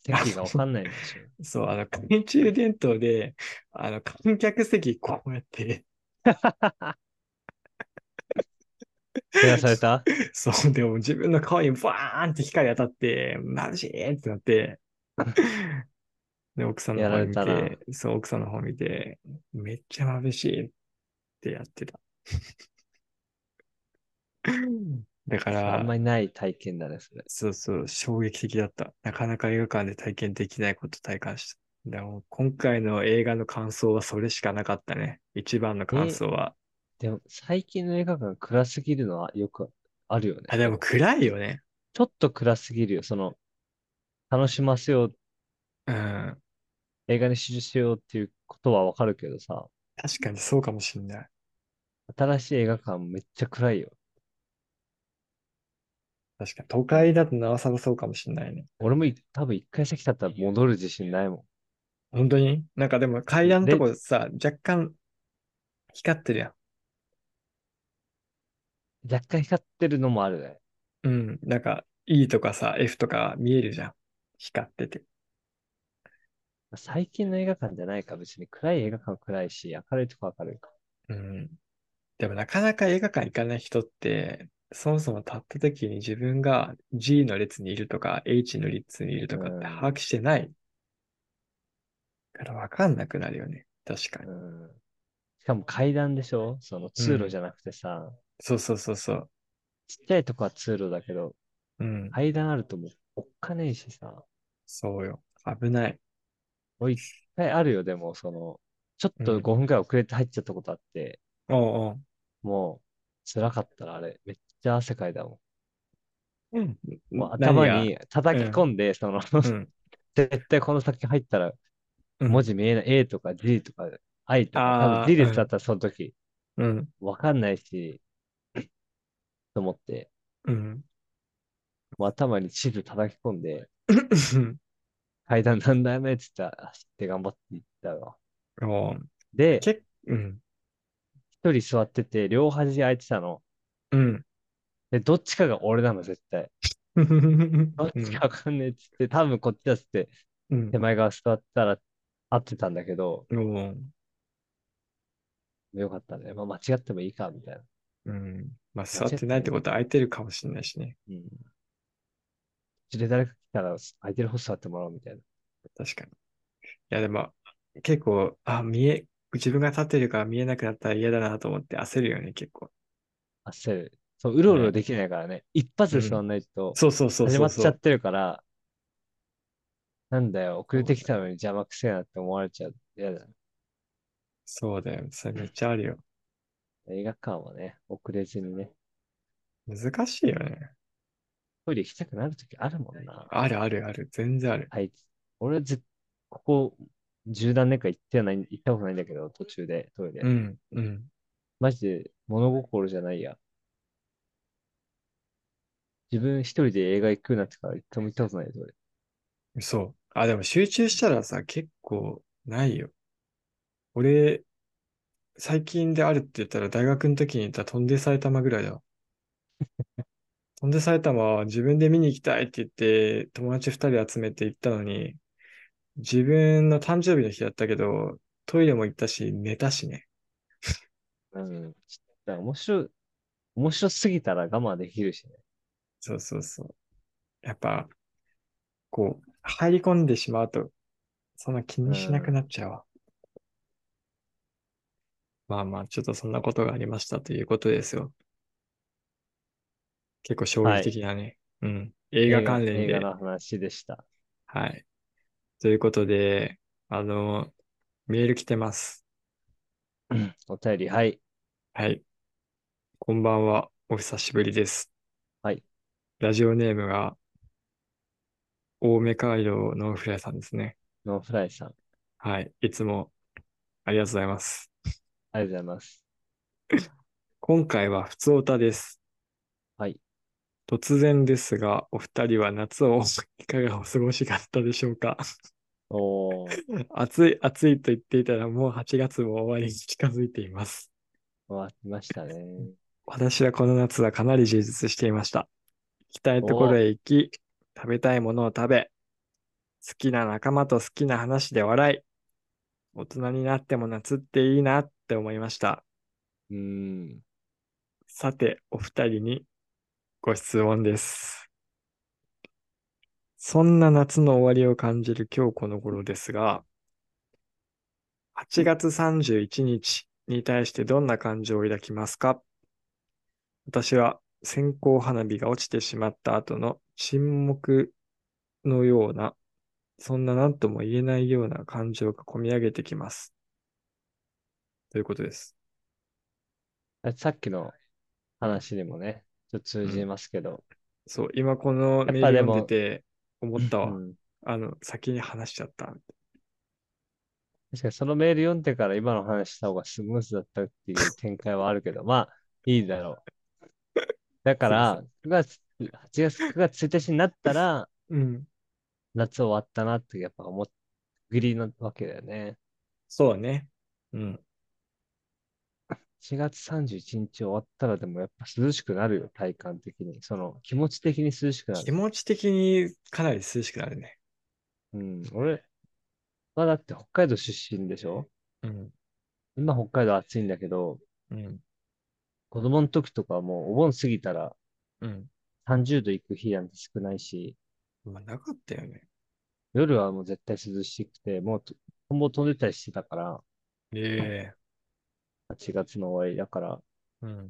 [SPEAKER 2] 席がわかんないんでしょ。
[SPEAKER 1] そう、あの懐中電灯で、あの観客席こうやって、
[SPEAKER 2] 照らされた
[SPEAKER 1] そう、でも自分の顔にバーンって光当たって、眩しいってな って、で、奥さんの
[SPEAKER 2] や
[SPEAKER 1] 方
[SPEAKER 2] られ
[SPEAKER 1] 見
[SPEAKER 2] たな
[SPEAKER 1] て、そう、奥さんの方見て、めっちゃ眩しいってやってた。 だか
[SPEAKER 2] あ
[SPEAKER 1] ら
[SPEAKER 2] んま、りない体験だね、それ。
[SPEAKER 1] そうそう、衝撃的だった。なかなか映画館で体験できないこと体感した。でも今回の映画の感想はそれしかなかったね。一番の感想は。
[SPEAKER 2] でも、最近の映画館暗すぎるのはよくあるよね。
[SPEAKER 1] あ、でも暗いよね。
[SPEAKER 2] ちょっと暗すぎるよ。その、楽しませよう、
[SPEAKER 1] うん。
[SPEAKER 2] 映画に集中しようっていうことはわかるけどさ、
[SPEAKER 1] 確かにそうかもしんない。
[SPEAKER 2] 新しい映画館めっちゃ暗いよ。
[SPEAKER 1] 確かに。都会だとなおさらそうかもしんないね。
[SPEAKER 2] 俺もい多分一回席立ったら戻る自信ないもん。
[SPEAKER 1] 本当になんかでも階段のとこさ、若干光ってるやん。
[SPEAKER 2] 若干光ってるのもあるね。
[SPEAKER 1] うん。なんか E とかさ、F とか見えるじゃん。光ってて。
[SPEAKER 2] 最近の映画館じゃないか、別に暗い映画館は暗いし、明るいとこは明るいか。
[SPEAKER 1] うん。でもなかなか映画館行かない人って、そもそも立った時に自分が G の列にいるとか H の列にいるとかって
[SPEAKER 2] うん
[SPEAKER 1] 把握してない。からわかんなくなるよね。確かに。
[SPEAKER 2] うん。しかも階段でしょその通路じゃなくてさ、
[SPEAKER 1] そうそうそうそう。
[SPEAKER 2] ちっちゃいとこは通路だけど、
[SPEAKER 1] うん。
[SPEAKER 2] 階段あるともうおっかねえしさ、
[SPEAKER 1] そうよ。危ない。
[SPEAKER 2] もう一回あるよ、でも、その、ちょっ
[SPEAKER 1] う
[SPEAKER 2] と
[SPEAKER 1] ん
[SPEAKER 2] 5分くらい遅れて入っちゃったことあって、
[SPEAKER 1] おう
[SPEAKER 2] もう、辛かったらあれ、めっちゃ汗かいたも
[SPEAKER 1] おう。うん。
[SPEAKER 2] ん。もう
[SPEAKER 1] 何が
[SPEAKER 2] 頭に叩き込んで、その、
[SPEAKER 1] うん。
[SPEAKER 2] 絶対この先入ったら、
[SPEAKER 1] うん
[SPEAKER 2] 文字見えない、A とか G とか I とか、多
[SPEAKER 1] あー
[SPEAKER 2] 分 G 列だったらその時、
[SPEAKER 1] うん。
[SPEAKER 2] わかんないし、と思って、
[SPEAKER 1] うん。
[SPEAKER 2] もう頭に地図叩き込んで、階段何台目って言ったら、走って頑張って行ったわ。
[SPEAKER 1] おう
[SPEAKER 2] で、
[SPEAKER 1] けうん。
[SPEAKER 2] 一人座ってて、両端空いてたの。
[SPEAKER 1] うん。
[SPEAKER 2] で、どっちかが俺なの、絶対。
[SPEAKER 1] うん
[SPEAKER 2] どっちかわかんねえっつって、多分こっちだっつって、
[SPEAKER 1] うん
[SPEAKER 2] 手前側座ったら、合ってたんだけど、
[SPEAKER 1] も
[SPEAKER 2] よかったね。まあ、間違ってもいいか、みたいな。
[SPEAKER 1] う、うん。まあ、座ってないってことは空いてるかもしれないしね。
[SPEAKER 2] うん。うちで誰か来たら、空いてる方座ってもらおう、みたいな。
[SPEAKER 1] 確かに。いや、でも、結構、あ、見え、自分が立ってるから見えなくなったら嫌だなと思って焦るよね、結構。
[SPEAKER 2] 焦る。そう、うろうろできないからね。一発で座んないと、
[SPEAKER 1] そうそうそう
[SPEAKER 2] 始
[SPEAKER 1] そ
[SPEAKER 2] ま
[SPEAKER 1] う
[SPEAKER 2] っ
[SPEAKER 1] そう。
[SPEAKER 2] ちゃってるから、なんだよ、遅れてきたのに邪魔くせえなって思われちゃう。嫌だ。
[SPEAKER 1] そうだよ。それめっちゃあるよ。
[SPEAKER 2] 映画館はね、遅れずにね、
[SPEAKER 1] 難しいよね。
[SPEAKER 2] トイレ行きたくなるときあるもんな。
[SPEAKER 1] あるあるある。全然ある。
[SPEAKER 2] はい。俺はず、ここ、十何年間行ってない、行ったことないんだけど、途中で、トイレ。
[SPEAKER 1] うん、うん。
[SPEAKER 2] マジで、物心じゃないや。自分一人で映画行くようになってから一回も行ったことないよ、トイレ。
[SPEAKER 1] そう。あ、でも集中したらさ、結構ないよ。俺、最近であるって言ったら大学の時に行った飛んで埼玉ぐらいだわ。飛んで埼玉は自分で見に行きたいって言って友達二人集めて行ったのに、自分の誕生日の日だったけど、トイレも行ったし、寝たしね。
[SPEAKER 2] うん。だから面白い、面白すぎたら我慢できるしね。
[SPEAKER 1] そうそうそう。やっぱ、こう、入り込んでしまうと、そんな気にしなくなっちゃうわ。まあまあ、ちょっとそんなことがありましたということですよ。結構衝撃的なね。うん。映画関連
[SPEAKER 2] 映
[SPEAKER 1] で
[SPEAKER 2] 画。の話でした。
[SPEAKER 1] はい。ということで、あの、メール来てます。
[SPEAKER 2] お便り、はい。
[SPEAKER 1] はい。こんばんは。お久しぶりです。
[SPEAKER 2] はい。
[SPEAKER 1] ラジオネームが、青梅街道のフライさんですね。
[SPEAKER 2] ノンフライさん、
[SPEAKER 1] はい。いつもありがとうございます。
[SPEAKER 2] ありがとうございます。
[SPEAKER 1] 今回は普通歌です。
[SPEAKER 2] はい。
[SPEAKER 1] 突然ですが、お二人は夏をいかがお過ごしだったでしょうか
[SPEAKER 2] おー、
[SPEAKER 1] 暑い、暑いと言っていたらもう8月も終わりに近づいています。
[SPEAKER 2] 終わりましたね。
[SPEAKER 1] 私はこの夏はかなり充実していました。行きたいところへ行き、食べたいものを食べ、好きな仲間と好きな話で笑い、大人になっても夏っていいなって思いました。
[SPEAKER 2] うーん。
[SPEAKER 1] さて、お二人にご質問です。そんな夏の終わりを感じる今日この頃ですが、8月31日に対してどんな感情を抱きますか私は線香花火が落ちてしまった後の沈黙のような、そんな何とも言えないような感情が込み上げてきます。ということです。
[SPEAKER 2] さっきの話にもね、ちょっと通じますけど。
[SPEAKER 1] そう、今このメー
[SPEAKER 2] やっぱ
[SPEAKER 1] ル
[SPEAKER 2] でも
[SPEAKER 1] 読んでて思ったわ。
[SPEAKER 2] うん
[SPEAKER 1] あの、先に話しちゃった。
[SPEAKER 2] 確かにそのメール読んでから今の話した方がスムーズだったっていう展開はあるけど、まあ、いいだろう。だから、9月、8月、9月1日になったら、
[SPEAKER 1] うん。
[SPEAKER 2] 夏終わったなってやっぱ思っ、グリのわけだよね。
[SPEAKER 1] そうね。うん。
[SPEAKER 2] 4月31日終わったらでもやっぱ涼しくなるよ、体感的に。その気持ち的に涼しくな
[SPEAKER 1] 気
[SPEAKER 2] る。
[SPEAKER 1] 持ち的にかなり涼しくなるね。
[SPEAKER 2] うん、俺、まあだって北海道出身でしょ
[SPEAKER 1] うん。
[SPEAKER 2] 今北海道暑いんだけど、
[SPEAKER 1] うん。
[SPEAKER 2] 子供の時とかはもうお盆過ぎたら
[SPEAKER 1] うん。
[SPEAKER 2] 30度行く日なんて少ないし、
[SPEAKER 1] まあ、なかったよね。
[SPEAKER 2] 夜はもう絶対涼しくて、もうとトンボ飛んでたりしてたから、
[SPEAKER 1] ええ
[SPEAKER 2] 8月の終わりだから、
[SPEAKER 1] うん。
[SPEAKER 2] 9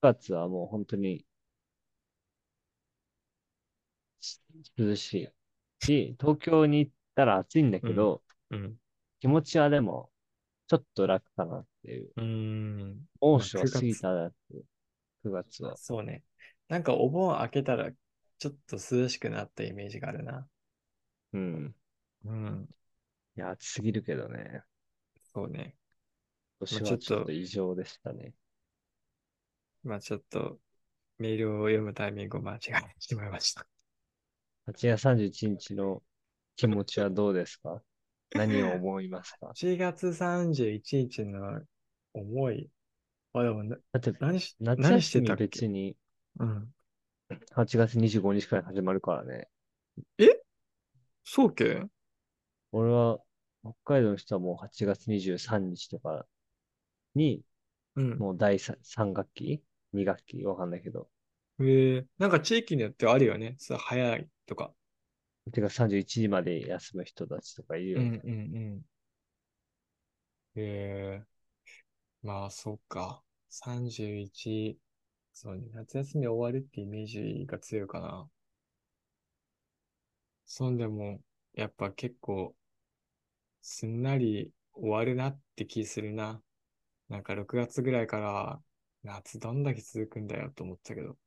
[SPEAKER 2] 月はもう本当にし涼しい。し、東京に行ったら暑いんだけど、
[SPEAKER 1] うん。
[SPEAKER 2] 気持ちはでも、ちょっと楽かなっていう。
[SPEAKER 1] うーん。
[SPEAKER 2] 猛暑は
[SPEAKER 1] まあ9
[SPEAKER 2] 過ぎたなっていう。9月は。
[SPEAKER 1] そうね。なんかお盆明けたら、ちょっと涼しくなったイメージがあるな。
[SPEAKER 2] うん。
[SPEAKER 1] うん。
[SPEAKER 2] いや、暑すぎるけどね。
[SPEAKER 1] そうね。
[SPEAKER 2] 今
[SPEAKER 1] ちょっ
[SPEAKER 2] 年
[SPEAKER 1] と
[SPEAKER 2] はちょっと異常でしたね。
[SPEAKER 1] まあ、ちょっと、メールを読むタイミングを間違えてしまいました。
[SPEAKER 2] 8月31日の気持ちはどうですか何を思います か
[SPEAKER 1] 8月31日の思い。あ、でもな、
[SPEAKER 2] だって、
[SPEAKER 1] 何し、
[SPEAKER 2] 夏
[SPEAKER 1] 何して
[SPEAKER 2] 休
[SPEAKER 1] た
[SPEAKER 2] み
[SPEAKER 1] っけ
[SPEAKER 2] 別に
[SPEAKER 1] うん。
[SPEAKER 2] 8月25日から始まるからね。
[SPEAKER 1] そうけ
[SPEAKER 2] 俺は北海道の人はもう8月23日とかに、
[SPEAKER 1] うん。
[SPEAKER 2] もう第 3, 3学期 ?2 学期わかんないけど。
[SPEAKER 1] ええなんか地域によってはあるよね。さ、早いとか。
[SPEAKER 2] てか31時まで休む人たちとかいるよ
[SPEAKER 1] うん
[SPEAKER 2] ね。
[SPEAKER 1] うんうん。ええまあ、そうか。31、そうね、夏休み終わるってイメージが強いかな。そんでも、やっぱ結構、すんなり終わるなって気するな。なんか6月ぐらいから、夏どんだけ続くんだよと思ったけど。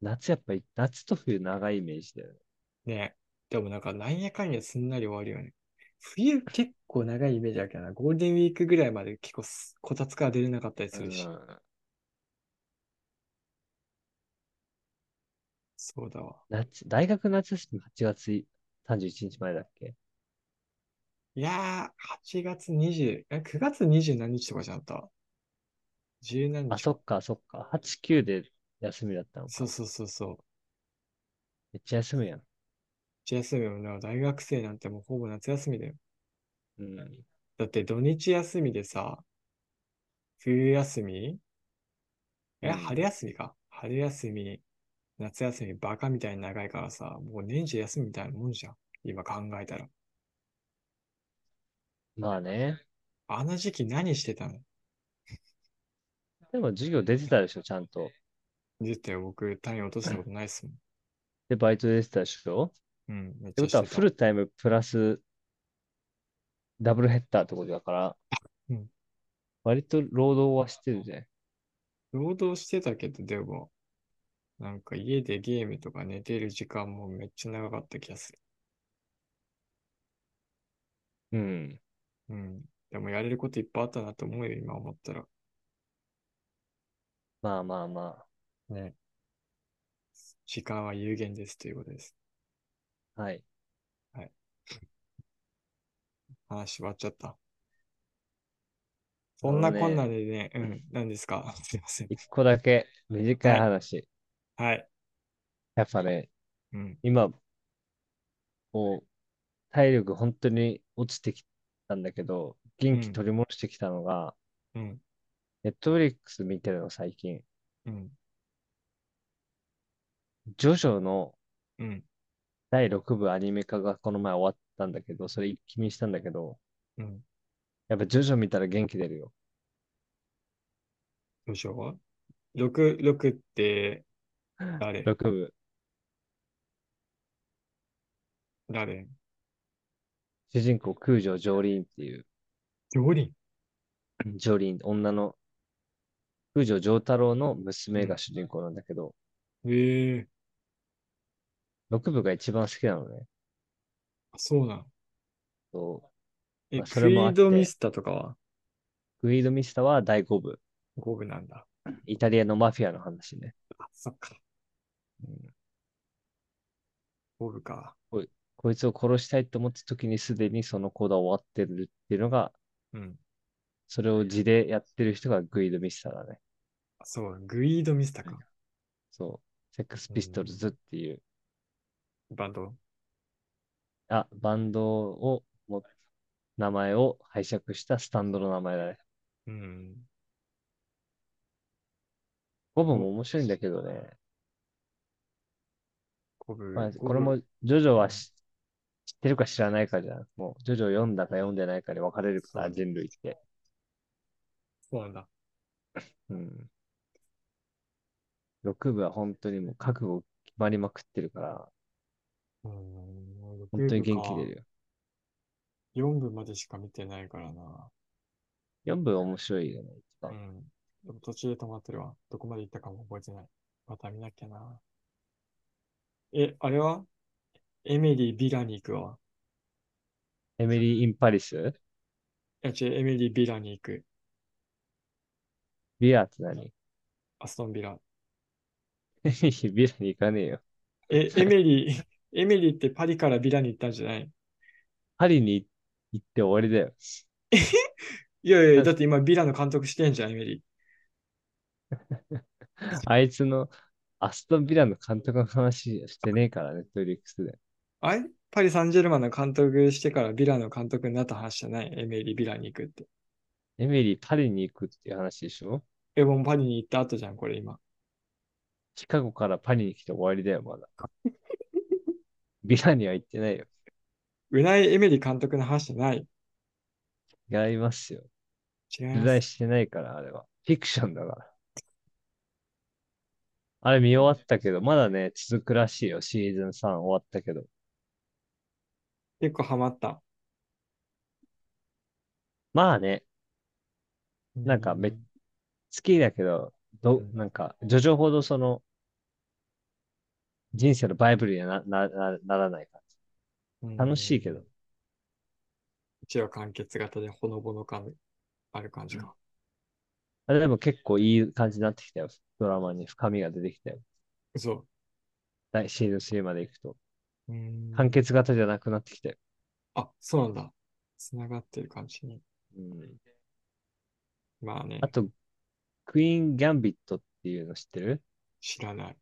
[SPEAKER 2] 夏やっぱり、夏と冬長いイメージだよね。
[SPEAKER 1] ねえ。でもなんか、なんやかんやすんなり終わるよね。冬結構長いイメージだけどな。ゴールデンウィークぐらいまで結構すこたつから出れなかったりするし。
[SPEAKER 2] うん
[SPEAKER 1] そうだわ。
[SPEAKER 2] 夏、大学の夏休み8月い31日前だっけ
[SPEAKER 1] いやー、8月20、え、9月20何日とかじゃなかった十何
[SPEAKER 2] あ、
[SPEAKER 1] 日
[SPEAKER 2] そ
[SPEAKER 1] か。
[SPEAKER 2] っか、そっか。8、9で休みだったの
[SPEAKER 1] そう
[SPEAKER 2] か。
[SPEAKER 1] そうそうそう。
[SPEAKER 2] めっちゃ休むやん。
[SPEAKER 1] 夏休みもな、大学生なんてもうほぼ夏休みだよ。
[SPEAKER 2] うん。
[SPEAKER 1] だって土日休みでさ、冬休み
[SPEAKER 2] う
[SPEAKER 1] え、春
[SPEAKER 2] ん。
[SPEAKER 1] 休みか。春休み、夏休みバカみたいに長いからさ、もう年中休みみたいなもんじゃん。今考えたら。
[SPEAKER 2] まあね。
[SPEAKER 1] あの時期何してたの
[SPEAKER 2] でも授業出てたでしょ、ちゃんと。
[SPEAKER 1] 絶対僕単位落としたことないっすもん。
[SPEAKER 2] で、バイト出てたでしょっ
[SPEAKER 1] うん、めってち
[SPEAKER 2] こ
[SPEAKER 1] ゃ
[SPEAKER 2] と
[SPEAKER 1] し
[SPEAKER 2] は
[SPEAKER 1] て
[SPEAKER 2] フ
[SPEAKER 1] た。
[SPEAKER 2] ルタイムプラスダブルヘッダーってことだから、
[SPEAKER 1] うん。
[SPEAKER 2] 割と労働はしてるね。
[SPEAKER 1] 労働してたけど、でも、なんか家でゲームとか寝てる時間もめっちゃ長かった気がする。
[SPEAKER 2] うん。
[SPEAKER 1] うん。でもやれることいっぱいあったなと思うよ、今思ったら。
[SPEAKER 2] まあまあまあ。
[SPEAKER 1] ね。時間は有限ですということです。
[SPEAKER 2] はい。
[SPEAKER 1] はい。話終わっちゃった。そ
[SPEAKER 2] あ
[SPEAKER 1] ん
[SPEAKER 2] の
[SPEAKER 1] なこんな
[SPEAKER 2] ね、
[SPEAKER 1] でね、うん、何ですか すいません。
[SPEAKER 2] 一個だけ短
[SPEAKER 1] はいい、
[SPEAKER 2] 話。
[SPEAKER 1] はい、
[SPEAKER 2] やっぱね、
[SPEAKER 1] うん、
[SPEAKER 2] 今、こう、体力本当に落ちてきたんだけど、
[SPEAKER 1] う
[SPEAKER 2] 元気
[SPEAKER 1] ん、
[SPEAKER 2] 取り戻してきたのが、
[SPEAKER 1] うん、
[SPEAKER 2] ネットフリックス見てるの最近。
[SPEAKER 1] うん、
[SPEAKER 2] ジョジョの
[SPEAKER 1] うん、
[SPEAKER 2] 第6部アニメ化がこの前終わったんだけど、それ一気見したんだけど、
[SPEAKER 1] うん。
[SPEAKER 2] やっぱジョジョ見たら元気出るよ。
[SPEAKER 1] どうしよう ?6、6って誰
[SPEAKER 2] 6部。
[SPEAKER 1] 誰
[SPEAKER 2] 主人公、空条ジョーリーンっていう、
[SPEAKER 1] 料理
[SPEAKER 2] うんジョーリーン、女の、空条丈太郎の娘
[SPEAKER 1] う
[SPEAKER 2] が
[SPEAKER 1] ん。
[SPEAKER 2] 主人公なんだけど、
[SPEAKER 1] ええ
[SPEAKER 2] 6部が一番好きなのね。
[SPEAKER 1] あそうなの。
[SPEAKER 2] そう、
[SPEAKER 1] え、
[SPEAKER 2] まあ、そ
[SPEAKER 1] ク
[SPEAKER 2] れも
[SPEAKER 1] イ
[SPEAKER 2] あ
[SPEAKER 1] ー
[SPEAKER 2] っ
[SPEAKER 1] ドミ
[SPEAKER 2] て、
[SPEAKER 1] スタとかは
[SPEAKER 2] グイードミスタは第5部。
[SPEAKER 1] 五部なんだ。
[SPEAKER 2] イタリアのマフィアの話ね。
[SPEAKER 1] あ、そっか。
[SPEAKER 2] うん
[SPEAKER 1] 五部か。
[SPEAKER 2] こい、こいつを殺したいと思った時にすでにその行動は終わってるっていうのが、
[SPEAKER 1] うん。
[SPEAKER 2] それを地でやってる人がグイードミスターだね。
[SPEAKER 1] あそう、グイードミスタか。
[SPEAKER 2] そう。セックス
[SPEAKER 1] う
[SPEAKER 2] ピストル
[SPEAKER 1] ん。
[SPEAKER 2] ズっていう、
[SPEAKER 1] バンド。
[SPEAKER 2] あ、バンドをも、名前を拝借したスタンドの名前だね。
[SPEAKER 1] うん。
[SPEAKER 2] 5部
[SPEAKER 1] 五
[SPEAKER 2] も面白いんだけどね。
[SPEAKER 1] 五
[SPEAKER 2] ま
[SPEAKER 1] 部、
[SPEAKER 2] あ、
[SPEAKER 1] 五
[SPEAKER 2] これも、
[SPEAKER 1] 部。
[SPEAKER 2] ジョジョ
[SPEAKER 1] う
[SPEAKER 2] は
[SPEAKER 1] ん。
[SPEAKER 2] し知ってるか知らないかじゃん。もう、ジョジョ読んだか読んでないかで分かれるか
[SPEAKER 1] そう
[SPEAKER 2] ら、
[SPEAKER 1] なんだ。
[SPEAKER 2] 人類って。
[SPEAKER 1] そうなんだ。
[SPEAKER 2] うん。6部は本当にもう覚悟決まりまくってるから、
[SPEAKER 1] うん、
[SPEAKER 2] 本
[SPEAKER 1] 6
[SPEAKER 2] 当
[SPEAKER 1] 部
[SPEAKER 2] に元気出
[SPEAKER 1] か。
[SPEAKER 2] るよ。
[SPEAKER 1] 4部までしか見てないからな。
[SPEAKER 2] 4部は面白いよね、一
[SPEAKER 1] う
[SPEAKER 2] 番。
[SPEAKER 1] ん。でも途中で止まってるわ。どこまで行ったかも覚えてない。また見なきゃな。え、あれはエミリー・ビラに行くわ。
[SPEAKER 2] エミリー・イン・パリ
[SPEAKER 1] い
[SPEAKER 2] ス
[SPEAKER 1] や、違う、エミリー・ビラに行く。
[SPEAKER 2] ビアって何
[SPEAKER 1] アストン・ビラ。
[SPEAKER 2] ビアに行かねえよ。
[SPEAKER 1] え、エミリー、 エミリーってパリからビラに行ったんじゃない
[SPEAKER 2] パリに行って終わりだよ。
[SPEAKER 1] えいやいや、
[SPEAKER 2] だ
[SPEAKER 1] だって今ビラの監督してんじゃん、エミリー。
[SPEAKER 2] あいつのアストンビラの監督の話してねえから、ネットフリックスで。
[SPEAKER 1] あれパリ・サンジェルマンの監督してからビラの監督になった話じゃないエメリ・ビラに行くって。
[SPEAKER 2] エミリー、パリに行くっていう話でしょ
[SPEAKER 1] エボン・パリに行った後じゃん、これ今。
[SPEAKER 2] シカゴからパリに来て終わりだよ、 まだ。ビラには行ってないよ。
[SPEAKER 1] ウナイ・エメリ監督の話じゃない。
[SPEAKER 2] 違いますよ。
[SPEAKER 1] 違い
[SPEAKER 2] 取
[SPEAKER 1] ま
[SPEAKER 2] 材
[SPEAKER 1] す。
[SPEAKER 2] してないから、あれは。フィクションだから。あれ見終わったけど、まだね、続くらしいよ。シーズン3終わったけど。
[SPEAKER 1] 結構ハマった。
[SPEAKER 2] まあね、なんかめ
[SPEAKER 1] う
[SPEAKER 2] 好きだけど、ど
[SPEAKER 1] うん、
[SPEAKER 2] なんか、ジョジョほどその、人生のバイブルにはな、な、な、ならない感じ。
[SPEAKER 1] ん
[SPEAKER 2] 楽しいけど。。
[SPEAKER 1] 一応完結型でほのぼの感ある感じか。
[SPEAKER 2] あでも結構いい感じになってきたよ。ドラマに深みが出てきたよ。
[SPEAKER 1] そ
[SPEAKER 2] 来シーズン3まで行くと。
[SPEAKER 1] う。うん
[SPEAKER 2] 完結型じゃなくなってきたよ。
[SPEAKER 1] あ、そうなんだ。つながってる感じに。
[SPEAKER 2] うん。
[SPEAKER 1] まあね
[SPEAKER 2] あ、と、クイーン・ギャンビットっていうの知ってる
[SPEAKER 1] 知らない。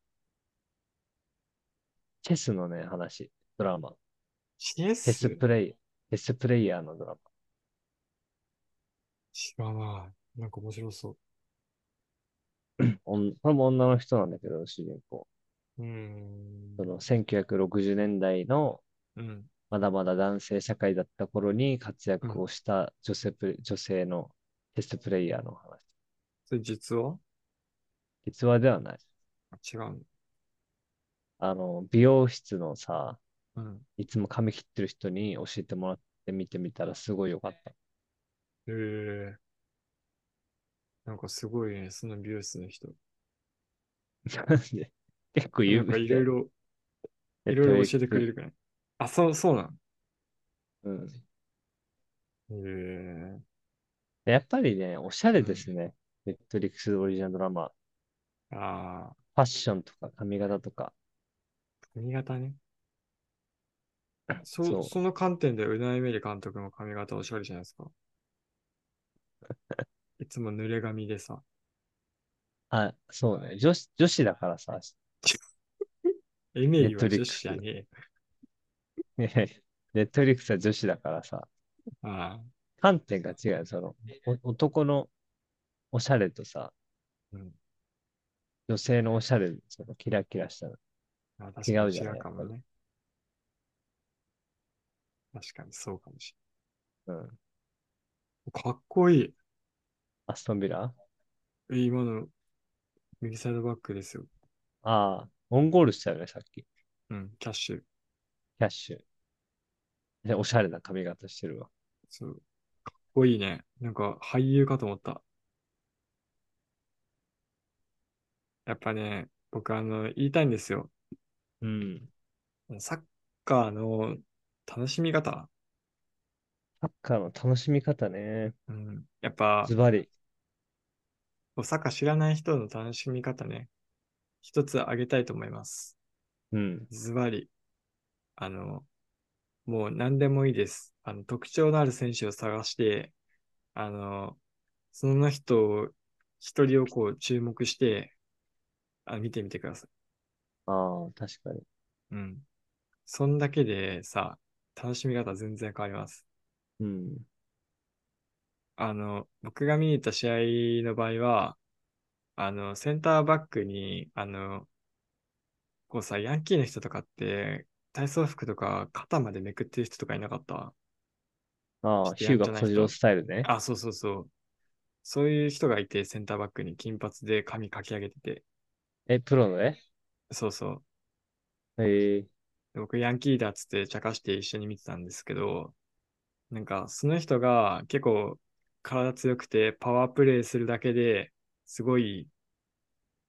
[SPEAKER 2] チェスのね、話。ドラマ。チェス
[SPEAKER 1] CS?
[SPEAKER 2] プレイ、チェスプレイヤーのドラマ。
[SPEAKER 1] 知らない。なんか面白そ
[SPEAKER 2] おんこれも女の人なんだけど、主人公。
[SPEAKER 1] う。うーん
[SPEAKER 2] そ。の1960年代の
[SPEAKER 1] うん。
[SPEAKER 2] まだまだ男性社会だった頃に活躍をした女性プレ、女性のチェスプレイヤーの話。
[SPEAKER 1] それ実は
[SPEAKER 2] 実話ではない。
[SPEAKER 1] あ違うの。
[SPEAKER 2] あの、美容室のさ、
[SPEAKER 1] うん。
[SPEAKER 2] いつも髪切ってる人に教えてもらって見てみたらすごい良かった。
[SPEAKER 1] へえなんかすごいね、その美容室の人。
[SPEAKER 2] なんで結構
[SPEAKER 1] な
[SPEAKER 2] 有
[SPEAKER 1] んか
[SPEAKER 2] 名
[SPEAKER 1] い
[SPEAKER 2] だ
[SPEAKER 1] ろいろ、
[SPEAKER 2] よ。
[SPEAKER 1] いろいろ教えてくれるから。あ、そう、そうなん。
[SPEAKER 2] うん。
[SPEAKER 1] へえ
[SPEAKER 2] でやっぱりね、おしゃれですね。ネットリックスオリジナルドラマ。
[SPEAKER 1] ああ、
[SPEAKER 2] ファッションとか髪型とか。
[SPEAKER 1] 髪型ね。そ、
[SPEAKER 2] そ
[SPEAKER 1] その観点では、うなえめり監督の髪型おしゃれじゃないで すか。いつも濡れ髪でさ。
[SPEAKER 2] う。あ、そうね。女子、女子だからさ。
[SPEAKER 1] エメリ
[SPEAKER 2] ネット
[SPEAKER 1] は女
[SPEAKER 2] リック
[SPEAKER 1] 子
[SPEAKER 2] ス
[SPEAKER 1] じゃね
[SPEAKER 2] ねネットリックスは女子だからさ。
[SPEAKER 1] え。ああ、
[SPEAKER 2] 観点が違う。その、お男のおしゃれとさ、
[SPEAKER 1] うん。
[SPEAKER 2] 女性のおしゃれ、そのキラキラしたの。
[SPEAKER 1] あ確
[SPEAKER 2] 違
[SPEAKER 1] か
[SPEAKER 2] う
[SPEAKER 1] に
[SPEAKER 2] じ
[SPEAKER 1] 違
[SPEAKER 2] ゃん
[SPEAKER 1] うかもね。確かにそうかもし
[SPEAKER 2] うん。
[SPEAKER 1] れない。かっこいい。
[SPEAKER 2] アストンビラ
[SPEAKER 1] え今の右サイドバックですよ。
[SPEAKER 2] ああ、オンゴールしたよね、さっき。キ
[SPEAKER 1] うん、キャッシュ。
[SPEAKER 2] ャッシュ。で、おしゃれな髪型してるわ。
[SPEAKER 1] そう。かっこいいね。なんか俳優かと思った。やっぱね、僕あの、言いたいんですよ。
[SPEAKER 2] うん。
[SPEAKER 1] サッカーの楽しみ方。
[SPEAKER 2] サッカーの楽しみ方ね。
[SPEAKER 1] うん、やっぱ
[SPEAKER 2] ズ、バリ。
[SPEAKER 1] サッカー知らない人の楽しみ方ね、一つ挙げたいと思います。
[SPEAKER 2] うん。
[SPEAKER 1] ズバリ。あの、もう何でもいいです。あの、特徴のある選手を探して、あの、その人を、一人をこう注目して、あ、見てみてくださ
[SPEAKER 2] ああ、確かに。
[SPEAKER 1] い。うん。そんだけでさ、楽しみ方全然変わります。
[SPEAKER 2] うん。
[SPEAKER 1] あの、僕が見に行った試合の場合は、あの、センターバックに、あの、こうさ、ヤンキーの人とかって、体操服とか肩までめくってる人とかいなかった
[SPEAKER 2] あ
[SPEAKER 1] ちょ
[SPEAKER 2] あ、
[SPEAKER 1] っと
[SPEAKER 2] ヒ
[SPEAKER 1] や
[SPEAKER 2] ュ
[SPEAKER 1] ん
[SPEAKER 2] ーガ
[SPEAKER 1] ちゃな人
[SPEAKER 2] 小次郎スタイルね。
[SPEAKER 1] あ、そうそうそう。そういう人がいて、センターバックに金髪で髪かき上げてて。
[SPEAKER 2] え、プロのね。
[SPEAKER 1] そうそう。
[SPEAKER 2] ええ
[SPEAKER 1] で僕、ヤンキーだっつって茶化して一緒に見てたんですけど、なんか、その人が結構体強くて、パワープレイするだけですごい、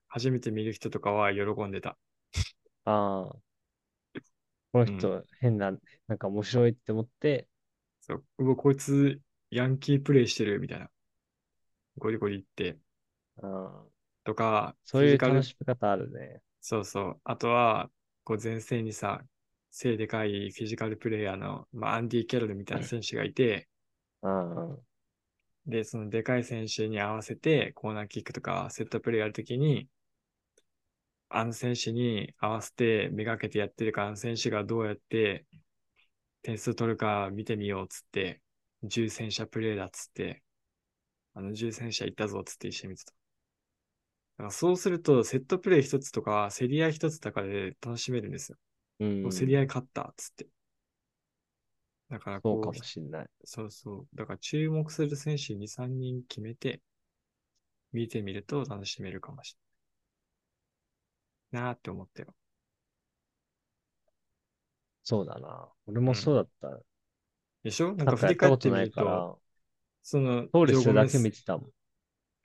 [SPEAKER 1] 初めて見る人とかは喜んでた。
[SPEAKER 2] ああ、この人、変な、なんか面白いって思って、
[SPEAKER 1] そう、うわ、こいつ、ヤンキープレイしてるみたいな。ゴリゴリ言って。
[SPEAKER 2] ああ、
[SPEAKER 1] とか、
[SPEAKER 2] そうい
[SPEAKER 1] フィジ
[SPEAKER 2] う
[SPEAKER 1] カル
[SPEAKER 2] 楽しみ方あるね。
[SPEAKER 1] そうそう。あとは、こう前線にさ、背でかいフィジカルプレイヤーの、まあ、アンディ・キャロルみたいな選手がいて、
[SPEAKER 2] ああ、
[SPEAKER 1] で、そのでかい選手に合わせて、コーナーキックとかセットプレーやるときに、あの選手に合わせてめがけてやってるから、あの選手がどうやって点数取るか見てみようっつって、重戦車プレイだっつって、あの重戦車行ったぞっつって一緒に見てた。だからそうすると、セットプレイ一つとか、競り合い一つとかで楽しめるんですよ。
[SPEAKER 2] うん。
[SPEAKER 1] 競り合い勝ったっつって。だから
[SPEAKER 2] そ
[SPEAKER 1] こ
[SPEAKER 2] う
[SPEAKER 1] う、
[SPEAKER 2] かもしんない。
[SPEAKER 1] そうそう。だから注目する選手2、3人決めて、見てみると楽しめるかもしれない。なーって思ったよ。
[SPEAKER 2] そうだな。俺もそうだった。
[SPEAKER 1] でしょなんか
[SPEAKER 2] サッカ
[SPEAKER 1] 振
[SPEAKER 2] ー
[SPEAKER 1] り返
[SPEAKER 2] やったこ
[SPEAKER 1] って
[SPEAKER 2] と
[SPEAKER 1] み
[SPEAKER 2] ない
[SPEAKER 1] る
[SPEAKER 2] か
[SPEAKER 1] と、
[SPEAKER 2] ら、
[SPEAKER 1] その、
[SPEAKER 2] トーレ
[SPEAKER 1] ジョ
[SPEAKER 2] ス
[SPEAKER 1] ゴメ
[SPEAKER 2] だけ
[SPEAKER 1] ス
[SPEAKER 2] 見てたもん。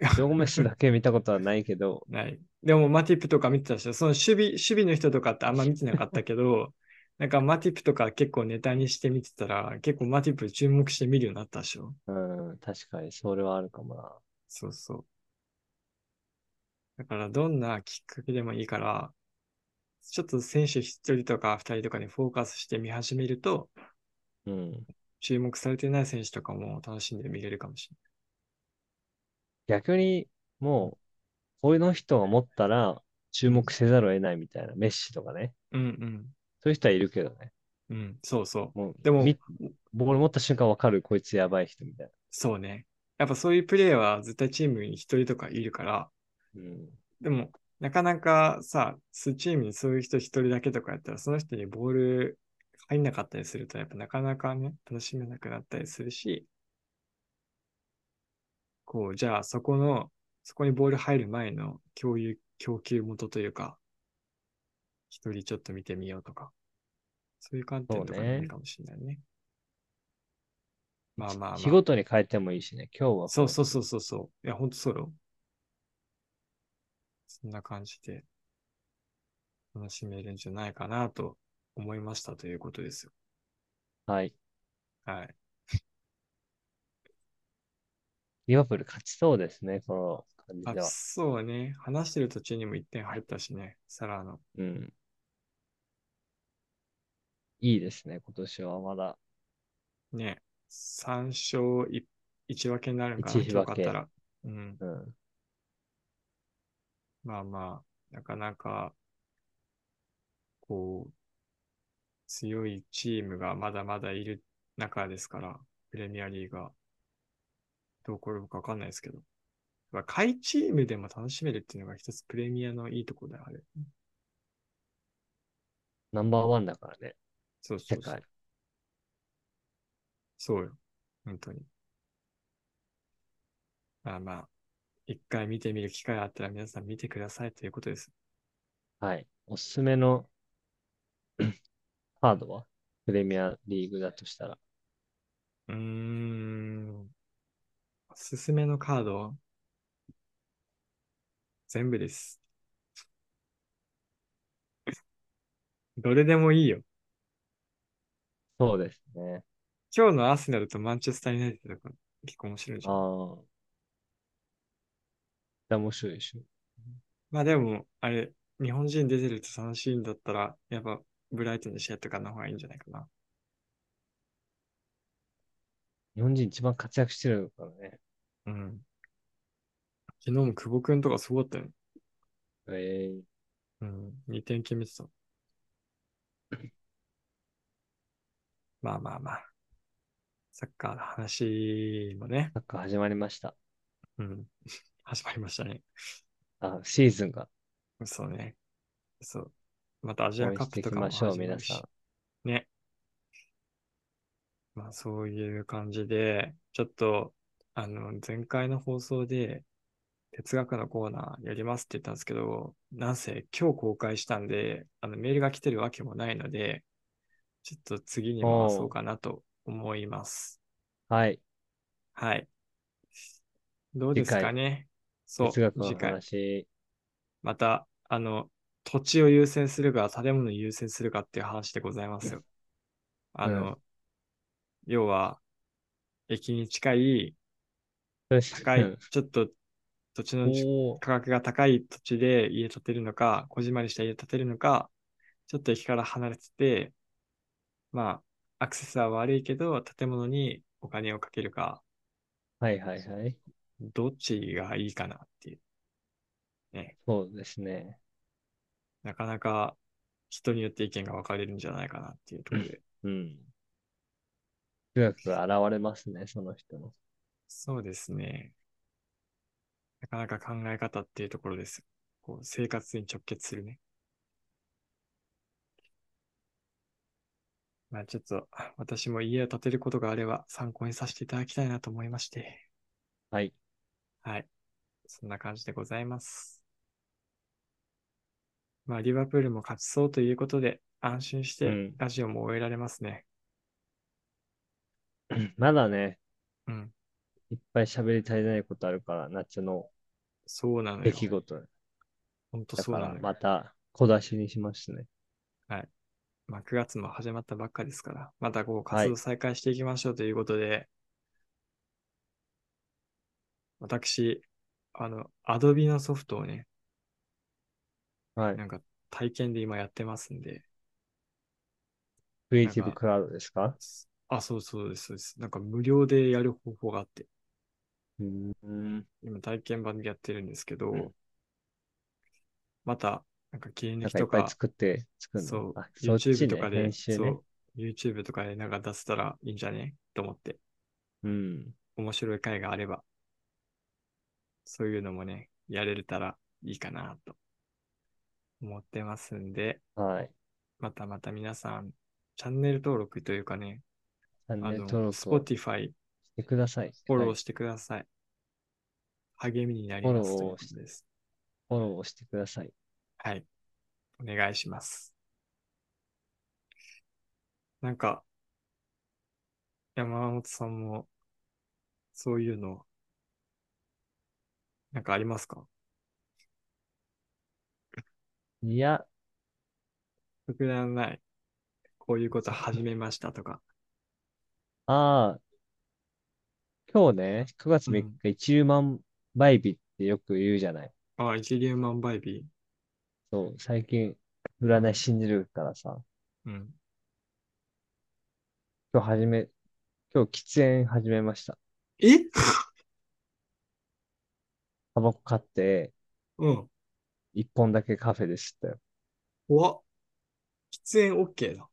[SPEAKER 2] ジョゴメスだけ見たことはないけど、
[SPEAKER 1] ない。でも、マティップとか見てたし、その守備、守備の人とかってあんま見てなかったけど、なんかマティップとか結構ネタにして見てたら、結構マティップ注目して見るようになったでしょ
[SPEAKER 2] うん、確かにそれはあるかもな。
[SPEAKER 1] そうそう。だから、どんなきっかけでもいいから、ちょっと選手一人とか二人とかにフォーカスして見始めると、
[SPEAKER 2] うん。
[SPEAKER 1] 注目されてない選手とかも楽しんで見れるかもし
[SPEAKER 2] 逆に、もう、こういうの人が持ったら、注目せざるを得ないみたいな、メッシとかね。
[SPEAKER 1] れない。うん
[SPEAKER 2] そういう人はいるけどね。
[SPEAKER 1] うん。うん、そうそう。
[SPEAKER 2] もう、
[SPEAKER 1] でも
[SPEAKER 2] みボール持った瞬間わかる、こいつやばい人みたい
[SPEAKER 1] そうね。やっぱそういうプレイヤーは絶対チームに一人とかいるから、
[SPEAKER 2] な。うん。
[SPEAKER 1] でも、なかなかさ、スチームにそういう人一人だけとかやったら、その人にボール入んなかったりすると、やっぱなかなかね、楽しめなくなったりするし、こう、じゃあそこの、そこにボール入る前の共有、供給元というか、一人ちょっと見てみようとか、そういう観点とか
[SPEAKER 2] そう
[SPEAKER 1] で
[SPEAKER 2] ね
[SPEAKER 1] もいいかもしれないね。まあまあまあ。
[SPEAKER 2] 日ごとに変えてもいいしね。今日はこ
[SPEAKER 1] そうそうそうそうそう。いや、ほんとそうよ。そんな感じで楽しめるんじゃないかなと思いましたということですよ。
[SPEAKER 2] はい。
[SPEAKER 1] はい。
[SPEAKER 2] リバプール勝ちそうですね、この感じ
[SPEAKER 1] あ
[SPEAKER 2] では。
[SPEAKER 1] そうね。話してる途中にも1点入ったしね。サラーの。
[SPEAKER 2] うん。いいですね、今年はまだ。
[SPEAKER 1] ね。3勝 1, 分けになるんかな。
[SPEAKER 2] 一分け
[SPEAKER 1] 今日勝ったら。うん。
[SPEAKER 2] うん。
[SPEAKER 1] まあまあ、なかなか、こう、強いチームがまだまだいる中ですから、プレミアリーがどう転ぶかわかんないですけど。まあ下位チームでも楽しめるっていうのが一つプレミアのいいところである。
[SPEAKER 2] ナンバーワンだからね、
[SPEAKER 1] そうそ
[SPEAKER 2] 世
[SPEAKER 1] うそう
[SPEAKER 2] 界。。
[SPEAKER 1] そうよ。本当に。まあまあ、一回見てみる機会があったら皆さん見てくださいということです。
[SPEAKER 2] はい。おすすめの カードはプレミアリーグだとしたら。
[SPEAKER 1] うーん。おすすめのカード全部です。どれでもいいよ。
[SPEAKER 2] そうですね。
[SPEAKER 1] 今日のアーセナルとマンチェスターユナイテッドとか結構面白いじゃん。
[SPEAKER 2] ああ。じゃ面白いでしょ。
[SPEAKER 1] まあでも、あれ、日本人出てると楽しいんだったら、やっぱブライトンの試合とかの方がいいんじゃないかな。
[SPEAKER 2] 日本人一番活躍してるからね。
[SPEAKER 1] うん。昨日も久保くんとかすごかったよね。
[SPEAKER 2] ええ
[SPEAKER 1] うん。2点決めてた。まあまあまあ。サッカーの話もね、
[SPEAKER 2] サッカー始まりました。
[SPEAKER 1] うん。 始まりましたね。
[SPEAKER 2] あ、シーズンが
[SPEAKER 1] そうね。そう。またアジ
[SPEAKER 2] 応
[SPEAKER 1] ア
[SPEAKER 2] 援
[SPEAKER 1] カッ
[SPEAKER 2] して
[SPEAKER 1] プ
[SPEAKER 2] い
[SPEAKER 1] と
[SPEAKER 2] き
[SPEAKER 1] かも
[SPEAKER 2] ましょう、
[SPEAKER 1] 始ま
[SPEAKER 2] 皆
[SPEAKER 1] るし
[SPEAKER 2] さん。
[SPEAKER 1] ね。まあそういう感じで、ちょっと、あの、前回の放送で、哲学のコーナーやりますって言ったんですけど、なんせ今日公開したんで、あのメールが来てるわけもないので、ちょっと次に回そうかなと思います。
[SPEAKER 2] はい。
[SPEAKER 1] はい。どうですかね。そう、
[SPEAKER 2] 哲学の
[SPEAKER 1] 次回。
[SPEAKER 2] 話。
[SPEAKER 1] また、あの、土地を優先するか、建物を優先するかっていう話でございますよ。あの、要は、駅に近い、高
[SPEAKER 2] う
[SPEAKER 1] い
[SPEAKER 2] ん、
[SPEAKER 1] ちょっと土地の
[SPEAKER 2] おー
[SPEAKER 1] 価格が高い土地で家建てるのか、こじまりした家建てるのか、ちょっと駅から離れてて、まあ、アクセスは悪いけど、建物にお金をかけるか、
[SPEAKER 2] はいはいはい。
[SPEAKER 1] どっちがいいかなっていう。ね、
[SPEAKER 2] そうですね。
[SPEAKER 1] なかなか人によって意見が分かれるんじゃないかなっていうところで。
[SPEAKER 2] うん。 9月が現れますね、その人の。
[SPEAKER 1] そうですね。なかなか考え方っていうところです。こう生活に直結するね。まあちょっと私も家を建てることがあれば参考にさせていただきたいなと思いまして。
[SPEAKER 2] はい。
[SPEAKER 1] はい。そんな感じでございます。まあリバプールも勝ちそうということで安心し
[SPEAKER 2] う
[SPEAKER 1] て
[SPEAKER 2] ん
[SPEAKER 1] ラジオも終えられますね。
[SPEAKER 2] まだね、
[SPEAKER 1] うん。
[SPEAKER 2] いっぱい喋り足りないことあるから、夏の
[SPEAKER 1] そうなの
[SPEAKER 2] 出
[SPEAKER 1] よ。
[SPEAKER 2] 来事。
[SPEAKER 1] 本当
[SPEAKER 2] だ
[SPEAKER 1] そ
[SPEAKER 2] か
[SPEAKER 1] うな
[SPEAKER 2] ら、
[SPEAKER 1] のよ。
[SPEAKER 2] また小出しにしますね。
[SPEAKER 1] まあ、9月も始まったばっかですから、またこう
[SPEAKER 2] は
[SPEAKER 1] 活
[SPEAKER 2] い
[SPEAKER 1] 動再開していきましょうということで、私、あの、アドビのソフトをね、
[SPEAKER 2] はい。
[SPEAKER 1] なんか体験で今やってますんで、
[SPEAKER 2] クリエイティブクラウドですか
[SPEAKER 1] あ、そうそうです、そうです。なんか無料でやる方法があって、
[SPEAKER 2] うーん。
[SPEAKER 1] 今体験版でやってるんですけど、
[SPEAKER 2] うん
[SPEAKER 1] また、なんか切り抜
[SPEAKER 2] なん
[SPEAKER 1] き
[SPEAKER 2] かいっ
[SPEAKER 1] と
[SPEAKER 2] ぱい
[SPEAKER 1] か、
[SPEAKER 2] 作って、作るの。
[SPEAKER 1] そう
[SPEAKER 2] あ、、そっち
[SPEAKER 1] YouTube と
[SPEAKER 2] ね、
[SPEAKER 1] かで、
[SPEAKER 2] 編集ね。
[SPEAKER 1] そう、YouTube とかでなんか出せたらいいんじゃねと思って、
[SPEAKER 2] うん。
[SPEAKER 1] 面白い回があれば、そういうのもね、やれたらいいかなと思ってますんで、
[SPEAKER 2] はい。
[SPEAKER 1] またまた皆さん、チャンネル登録というかね、
[SPEAKER 2] チャン
[SPEAKER 1] あ
[SPEAKER 2] ネル
[SPEAKER 1] の、
[SPEAKER 2] 登録をし
[SPEAKER 1] Spotify
[SPEAKER 2] てください。
[SPEAKER 1] フォロ
[SPEAKER 2] は
[SPEAKER 1] ー
[SPEAKER 2] い
[SPEAKER 1] してください。励みになります
[SPEAKER 2] フォ
[SPEAKER 1] とい
[SPEAKER 2] ロー
[SPEAKER 1] う
[SPEAKER 2] を
[SPEAKER 1] ことです。
[SPEAKER 2] フォローをしてください。
[SPEAKER 1] はい。お願いします。なんか、山本さんも、そういうの、なんかありますか
[SPEAKER 2] いや、
[SPEAKER 1] 特段ない。こういうこと始めましたとか。
[SPEAKER 2] ああ、今日ね、9月3日、一粒万倍日ってよく言うじゃない。
[SPEAKER 1] ああ、一粒万倍日。
[SPEAKER 2] そう、最近、占い信じるからさ、
[SPEAKER 1] うん。
[SPEAKER 2] 今日始め、今日喫煙始めました。
[SPEAKER 1] え
[SPEAKER 2] タバコ買って、
[SPEAKER 1] うん。
[SPEAKER 2] 一本だけカフェで吸ったよ。
[SPEAKER 1] 怖っ。喫煙 OK だ。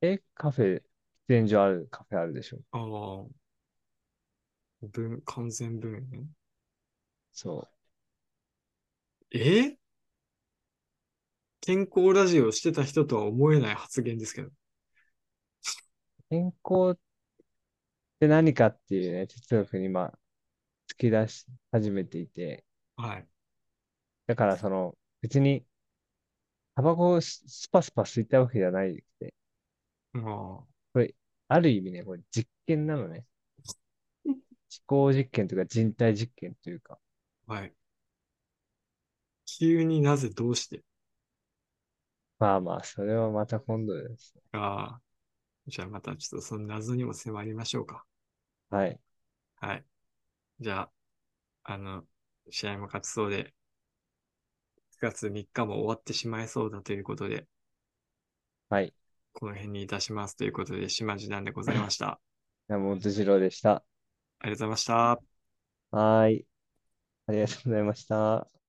[SPEAKER 2] え、カフェ、喫煙所ある、カフェあるでしょ。
[SPEAKER 1] ああ。分、完全分煙
[SPEAKER 2] そ
[SPEAKER 1] え健康ラジオしてた人とは思えない発言ですけど。
[SPEAKER 2] う。健康って何かっていうね、哲学に今、突き出し始めていて、
[SPEAKER 1] はい。
[SPEAKER 2] だからその、別に、タバコをススパスパ吸いたいわけじゃないくて、
[SPEAKER 1] ああ。
[SPEAKER 2] ある意味ね、これ実験なのね。思考実験というか人体実験というか、
[SPEAKER 1] はい。急になぜどうして
[SPEAKER 2] まあまあ、それはまた今度ですね。
[SPEAKER 1] ああ。じゃあまたちょっとその謎にも迫りましょうか。
[SPEAKER 2] はい。
[SPEAKER 1] はい。じゃあ、あの、試合も勝ちそうで、9月3日も終わってしまいそうだということで、
[SPEAKER 2] はい。
[SPEAKER 1] この辺にいたしますということで、島地なんでございました。
[SPEAKER 2] 山本二郎でした。
[SPEAKER 1] ありがとうございました。
[SPEAKER 2] はーい。ありがとうございました。